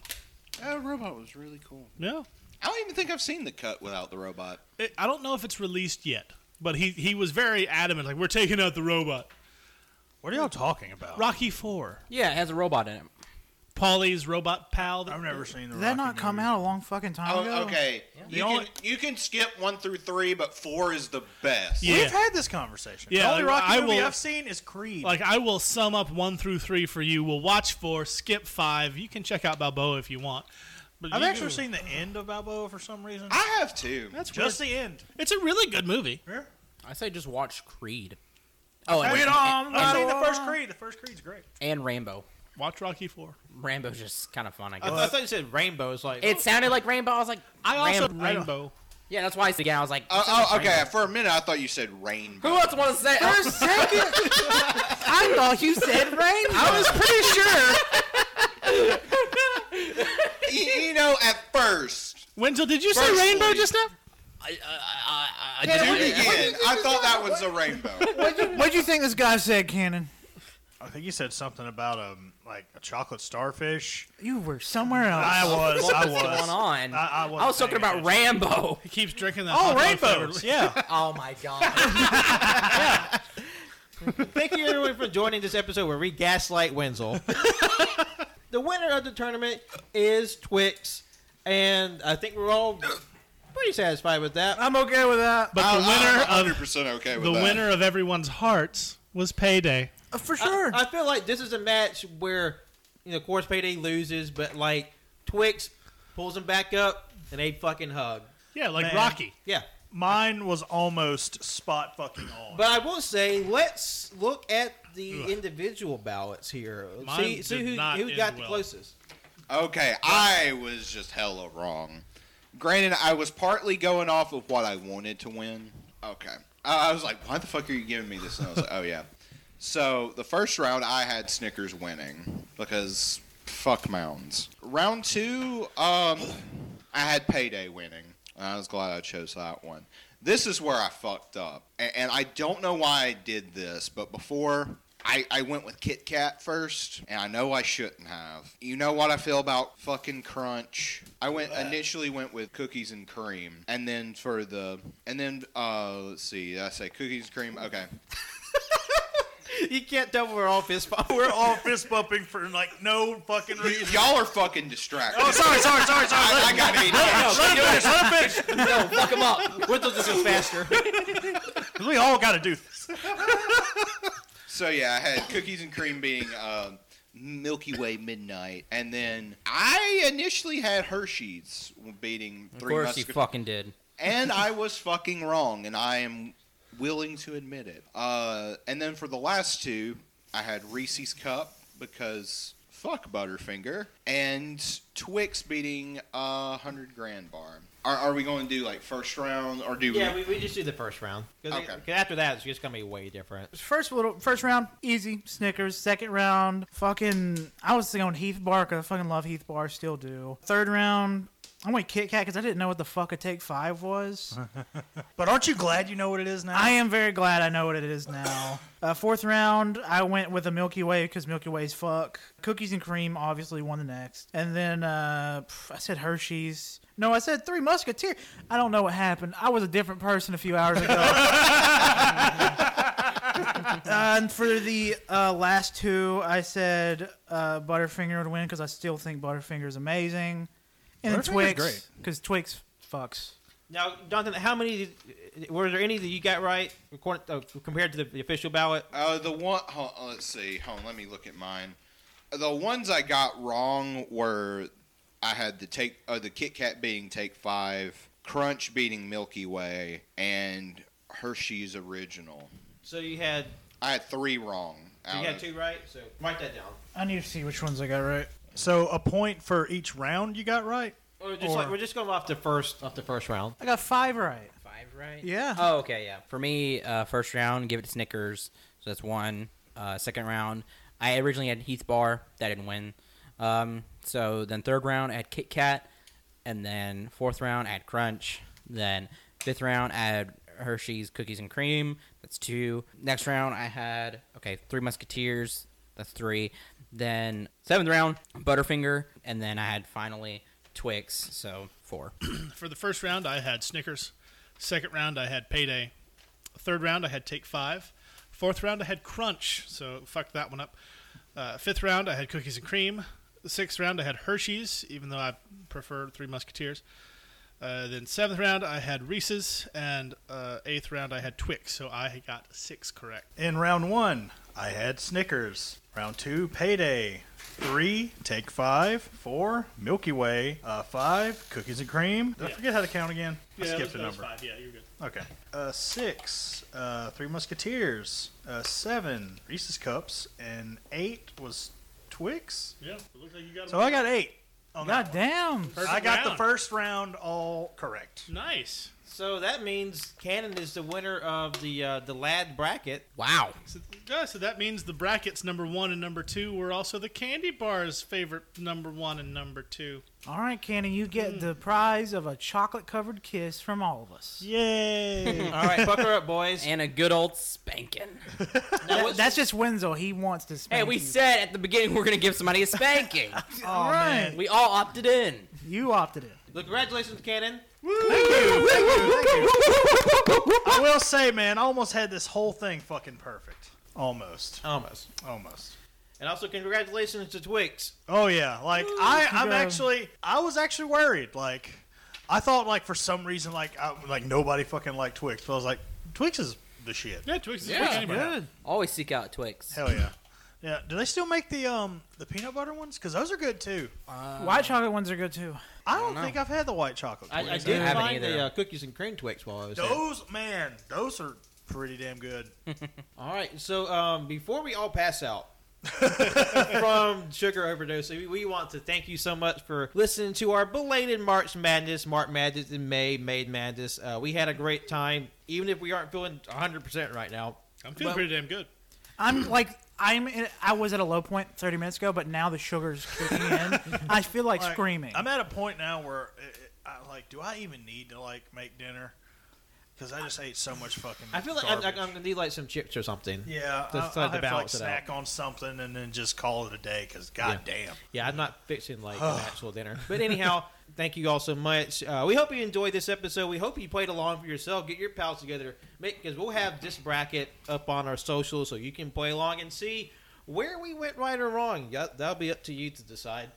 That robot was really cool.
Yeah.
I don't even think I've seen the cut without the robot.
It, I don't know if it's released yet, but he, he was very adamant, like, we're taking out the robot.
What are y'all talking about?
Rocky Four.
Yeah, it has a robot in it.
Paulie's robot pal. that-
I've never seen the.
Did that
Rocky
not come
movie.
out a long fucking time ago?
Oh, okay. You,
only-
can, you can skip one through three, but four is the best.
Yeah.
We've had this conversation.
Yeah,
the only Rocky
I
movie
will-
I've seen is Creed.
Like I will sum up one through three for you. We'll watch four, skip five. You can check out Balboa if you want. But
I've
you-
actually seen the end of Balboa for some reason.
I have two.
That's
Just
weird.
the end.
It's a really good movie.
Yeah.
I say just watch Creed. Oh, and,
Creed
and,
I've seen the
and,
first Creed. The first Creed's great.
and Rambo.
Watch Rocky Four.
Rambo's just kind of fun, I
I,
guess.
th- I thought you said rainbow. It's like
it sounded like Rainbow. I was like,
I also
Ram-
Rainbow.
yeah, that's why I said again. I was like,
Oh,
that sounds
oh,
like
okay.
Rainbow.
For a minute, I thought you said rainbow.
Who else wants to say?
For a second, I thought you said rainbow.
I was pretty sure.
Y- you know, at first,
Wenzel, did you say
Firstly-
Rainbow just now?
do it again. I thought that was a rainbow.
What'd you think this guy said, Cannon?
I think you said something about um like a chocolate starfish.
You were somewhere else.
I was. I was.
What's going on?
I, I,
I was talking about Rambo.
He keeps drinking that. hot
Oh,
dog flavored-
rainbows. Yeah.
Oh my god.
Thank you everyone for joining this episode where we gaslight Wenzel. the winner of the tournament is Twix, and I think we're all pretty satisfied with that.
I'm okay with that.
But the winner
I'm
of
100% okay with
the
that.
winner of everyone's hearts was Payday.
Uh, for sure.
I feel like this is a match where, you know, of course, Payday loses, but like Twix pulls him back up and they fucking hug.
Yeah, like
Man.
Rocky.
Yeah.
Mine was almost spot fucking on.
But I will say, let's look at the individual ballots here.
Mine
see see
did
who,
not
who
end
got the
well.
closest.
Okay, I was just hella wrong. Granted, I was partly going off of what I wanted to win. Okay. I I was like, why the fuck are you giving me this? And I was like, oh, yeah. So the first round, I had Snickers winning because fuck mounds. Round two, um, I had Payday winning. And I was glad I chose that one. This is where I fucked up. And, and I don't know why I did this, but before I, I went with Kit Kat first, and I know I shouldn't have. You know what I feel about fucking crunch. I went initially went with cookies and cream, and then for the and then uh let's see, did I say cookies and cream. Okay,
You can't tell we're all fist bump.
We're all fist bumping for like no fucking reason.
y'all are fucking distracted.
Oh, sorry, sorry, sorry, sorry.
I, I got ADHD.
No, fuck him up.
Wenzel just goes faster.
we all got to do this.
So yeah, I had cookies and cream being um Milky Way Midnight, and then I initially had Hershey's beating
Of
Three
course, he
Musketeers,
fucking did.
and I was fucking wrong, and I am willing to admit it. Uh, and then for the last two, I had Reese's Cup because fuck Butterfinger, and Twix beating uh, hundred grand bar. Are, are we going to do like first round or do
yeah, we, we just do the first round. Because
Okay.
after that, it's just going to be way different.
First little, first round, easy Snickers. Second round, fucking. I was thinking on Heath Bar 'cause I fucking love Heath Bar, still do. Third round, I went Kit Kat because I didn't know what the fuck a take five was.
But aren't you glad you know what it is now?
I am very glad I know what it is now. Uh, fourth round, I went with a Milky Way because Milky Way's fuck. Cookies and cream obviously won the next, and then uh, pff, I said Hershey's. No, I said Three Musketeer. I don't know what happened. I was a different person a few hours ago. Uh, and for the uh, last two, I said uh, Butterfinger would win because I still think Butterfinger is amazing, and then
Butterfinger's
Twix
great.
because Twix fucks.
Now, Jonathan, how many were there any that you got right according, uh, compared to the, the official ballot?
Uh, the one. Hold, uh, let's see. Hold on. Let me look at mine. The ones I got wrong were I had the take uh, the Kit Kat beating Take Five, Crunch beating Milky Way, and Hershey's Original.
So you had
I had three wrong.
you
out
had
of-
two right. So write that down.
I need to see which ones I got right.
So a point for each round you got right.
Or just like, we're just going off the first off the first round.
I got five right.
Five, right?
Yeah.
Oh, okay, yeah. For me, uh, first round, give it to Snickers. So that's one. Uh, second round, I originally had Heath Bar. That didn't win. Um, so then third round, I had Kit Kat. and then fourth round add crunch. Then fifth round add Hershey's cookies and cream. That's two. Next round I had okay three Musketeers. That's three. Then seventh round Butterfinger, and then I had finally Twix. So four.
For the first round, I had Snickers. Second round, I had Payday. Third round, I had Take Five. Fourth round, I had Crunch. So fuck that one up. Uh, fifth round, I had Cookies and Cream. The sixth round, I had Hershey's, even though I prefer Three Musketeers. Uh, then seventh round, I had Reese's, and uh, eighth round, I had Twix. So I got six correct.
In round one, I had Snickers. Round two, Payday. Three, Take Five. Four, Milky Way. Uh, five, Cookies and Cream. Did I
Yeah.
forget how to count again? I
that
skipped
was-
a
that was
number.
Five. Yeah, you're good.
Okay. Uh, six, uh, Three Musketeers. Uh, seven, Reese's Cups. And eight was Twix.
Yeah, it looks like you Oh, got.
So I got eight. on that
God damn.
Perfect
I got the
round.
first round all correct.
Nice.
So that means Cannon is the winner of the uh, the lad bracket.
Wow.
So, yeah, so that means the brackets number one and number two were also the candy bar's favorite number one and number two.
All right, Cannon, you get the prize of a chocolate covered kiss from all of us.
Yay!
Oh,
All right, buckle up, boys.
And a good old spanking.
Now,
That-
what's-
that's just Wenzel. He wants to spank
Hey, we
you.
said at the beginning we're gonna give somebody a spanking.
all right.
we all opted in.
You opted in.
look, congratulations, Cannon.
I will say, man, I almost had this whole thing fucking perfect. Almost.
Almost.
Almost.
And also congratulations to Twix.
Oh yeah, like I, I'm
Congrats.
actually, I was actually worried. Like, I thought like for some reason like I, like nobody fucking liked Twix, but I was like, Twix is the shit.
yeah, Twix is
Yeah.
yeah, candy bar.
Always seek out Twix.
Hell yeah. Yeah, do they still make the um the peanut butter ones? Because those are good too.
White chocolate ones are good too.
I don't, think I've had the white chocolate.
I, I
Twix.
did
haven't
find
either.
the uh, cookies and cream Twix while I was there.
those man, those are pretty damn good.
All right, so um, before we all pass out from sugar overdose, we, we want to thank you so much for listening to our belated March Madness, March Madness in May, Made Madness. Uh, we had a great time, even if we aren't feeling 100% right now.
I'm feeling
But-
pretty damn good.
I'm like I'm in, I was at a low point 30 minutes ago, but now the sugar's kicking in. I feel like,
Like,
screaming.
I'm at a point now where it, it, I like, do I even need to like make dinner? Because I just ate so much fucking.
I feel like I, I, I'm
garbage.
going to need like some chips or something.
Yeah,
Just to
I, I'll have
balance
to
it
like, snack on something and then just call it a day. Because goddamn,
Yeah, I'm not fixing like an actual dinner. But anyhow, thank you all so much. Uh, we hope you enjoyed this episode. We hope you played along for yourself. Get your pals together, because we'll have this bracket up on our socials so you can play along and see where we went right or wrong. Yeah, That'll be up to you to decide.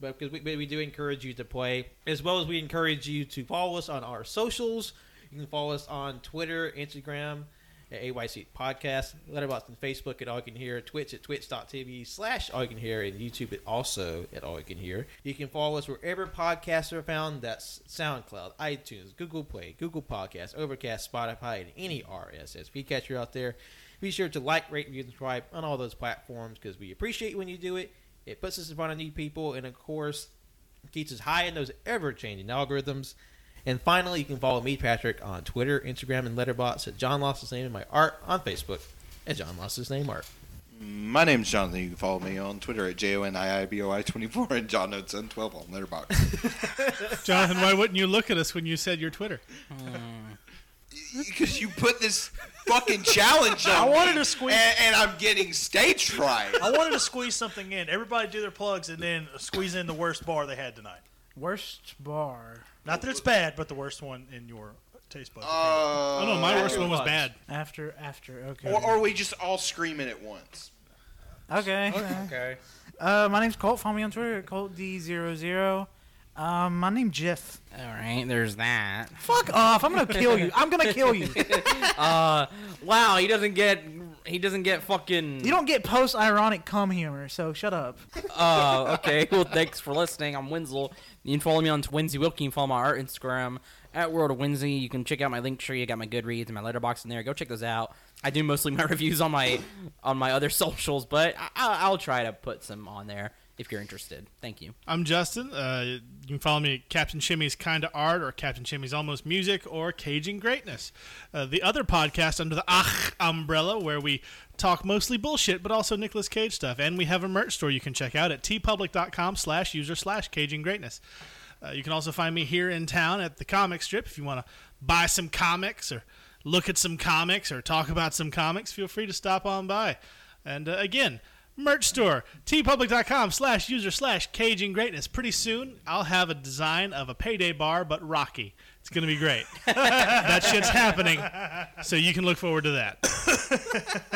But because we, but we do encourage you to play, as well as we encourage you to follow us on our socials. You can follow us on Twitter, Instagram, at AYC Podcast, Letterboxd and Facebook at All You Can Hear, Twitch at twitch.tv slash All You Can Hear, and YouTube at also at All You Can Hear. You can follow us wherever podcasts are found. That's SoundCloud, iTunes, Google Play, Google Podcasts, Overcast, Spotify, and any RSS catcher out there. Be sure to like, rate, review, and subscribe on all those platforms because we appreciate when you do it. It puts us in front of new people, and of course, keeps us high in those ever-changing algorithms. And finally, you can follow me, Patrick, on Twitter, Instagram, and Letterboxd at John Lost His Name and my art on Facebook at John Lost His Name Art.
My name's Jonathan. You can follow me on Twitter at J O N I I B O I 24 and John Notes 12 on Letterboxd.
Jonathan, why wouldn't you look at us when you said your Twitter?
Because you put this fucking challenge on
I wanted
me,
to squeeze-
And, and I'm getting stage fright.
I wanted to squeeze something in. Everybody do their plugs and then squeeze in the worst bar they had tonight.
Worst bar
Not that it's bad, but the worst one in your taste bud.
Uh,
oh no, my worst one was bad.
after after okay.
Or, or we just all screaming at once.
okay.
Okay.
Uh, my name's Colt. Follow me on Twitter at coltd00. Um, my name's Jeff.
All right, there's that.
Fuck off! I'm gonna kill you. I'm gonna kill you.
Wow, he doesn't get he doesn't get fucking.
You don't get post ironic cum humor, so shut up.
Oh, okay. Well, thanks for listening. I'm Winslow. You can follow me on Winsy Wilkie. You can follow my art Instagram at World of Winsy. You can check out my link tree. I got my Goodreads and my Letterbox in there. Go check those out. I do mostly my reviews on my on my other socials, but I, I'll I'll try to put some on there if you're interested. Thank you.
I'm Justin. Uh, you can follow me at Captain Shimmy's Kinda Art or Captain Shimmy's Almost Music or Caging Greatness. Uh, the other podcast under the Ach umbrella where we talk mostly bullshit but also Nicolas Cage stuff. And we have a merch store you can check out at tpublic.com slash user slash Caging Greatness. Uh, you can also find me here in town at the comic strip if you want to buy some comics or look at some comics or talk about some comics. Feel free to stop on by. And uh, again, merch store tpublic.com slash user slash caging greatness. Pretty soon, I'll have a design of a payday bar, but Rocky. It's gonna be great. that shit's happening, so you can look forward to that.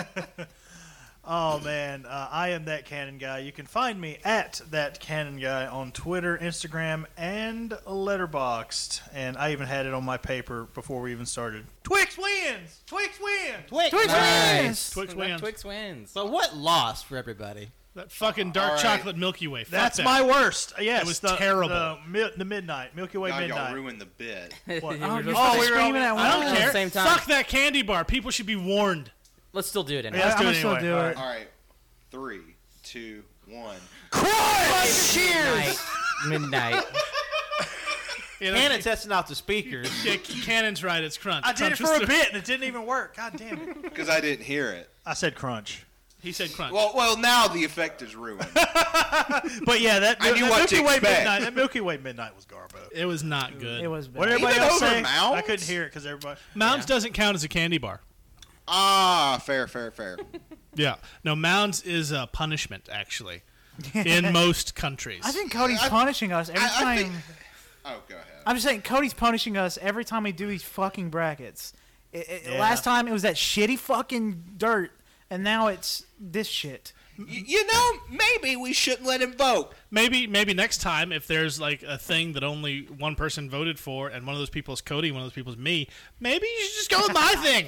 Oh man, uh, I am that cannon guy. You can find me at that cannon guy on Twitter, Instagram, and Letterboxed. And I even had it on my paper before we even started. Twix wins. Twix wins.
Wait,
Nice.
Twix wins.
Twix wins.
but what loss for everybody?
That fucking dark
All right.
chocolate Milky Way. Fuck
That's
that.
my worst. Yes,
It was
the,
terrible.
The, mi- the midnight Milky Way
Now y'all
midnight.
ruined the bit.
What?
Oh, you're
Oh,
oh,
we were all-
screaming at one
I don't
another.
care.
same time.
Fuck that candy bar. People should be warned.
Let's still do it anyway.
Yeah.
Yeah,
Let's
I'm
do it
gonna still
anyway.
do
All
it.
right.
All right, three, two, one.
Midnight. Midnight.
You know,
Hannah testing out the speakers.
yeah, Cannon's right. It's crunch.
I did
crunch
it
was
for a
the-
bit and it didn't even work. God damn it!
Because I didn't hear it.
I said crunch.
He said crunch.
Well, well, now the effect is ruined.
But yeah, that,
I knew
that
what
Milky
to
Way
expect.
midnight. That Milky Way midnight was garbo.
it was not good.
It was bad.
What did everybody
Even
else
over
say? I
Mounds?
couldn't hear it because everybody.
Mounds doesn't count as a candy bar.
ah, fair, fair, fair.
Yeah. No, Mounds is a punishment actually in most countries.
I think Cody's punishing us every
I- I
time.
think- Oh, go ahead.
I'm just saying, Cody's punishing us every time we do these fucking brackets. It, it,
Yeah.
Last time it was that shitty fucking dirt, and now it's this shit.
Y- you know, maybe we shouldn't let him vote.
maybe maybe next time if there's like a thing that only one person voted for and one of those people is Cody, one of those people is me, maybe you should just go with my thing.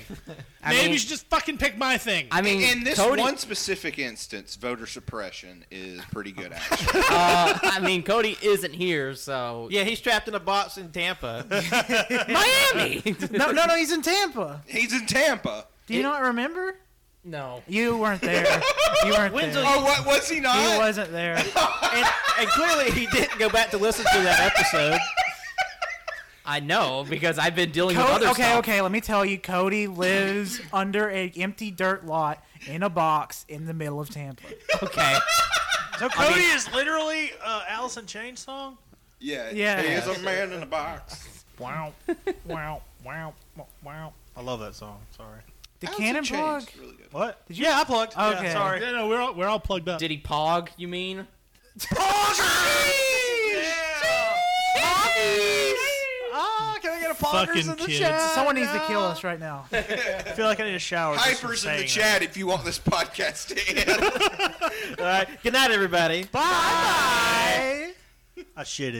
maybe
mean-
you should just fucking pick my thing.
I mean,
In this
Cody,
one specific instance, voter suppression is pretty good action.
uh, I mean, Cody isn't here, so
Yeah, he's trapped in a box in Tampa.
Miami.
No, no, no, he's in Tampa.
He's in Tampa.
Do you not remember?
no.
You weren't there. You weren't
When's
there.
Oh, what was he not?
He wasn't there.
and, and clearly he didn't go back to listen to that episode.
I know because I've been dealing with
Cody,
other
okay,
stuff.
okay, let me tell you. Cody lives under an empty dirt lot in a box in the middle of Tampa.
Okay.
So Cody is literally uh, Allison Chain song.
Yeah,
Yeah.
He is a man in a box.
Wow, wow, wow, wow. I love that song. Sorry.
The
How's it
cannon plug.
changed? Really good.
What?
Did you-
Yeah, I plugged. Yeah,
Okay.
sorry.
yeah, no, we're all, we're all plugged up.
Did he pog? You mean?
Ah, can I get a
Fucking
poggers in the
kids.
chat?
Someone needs to kill us right now.
I feel like I need a shower. just from
Hypers in the
saying
chat if you want this podcast to end.
All right. Good night, everybody.
Bye.
that. I shitted.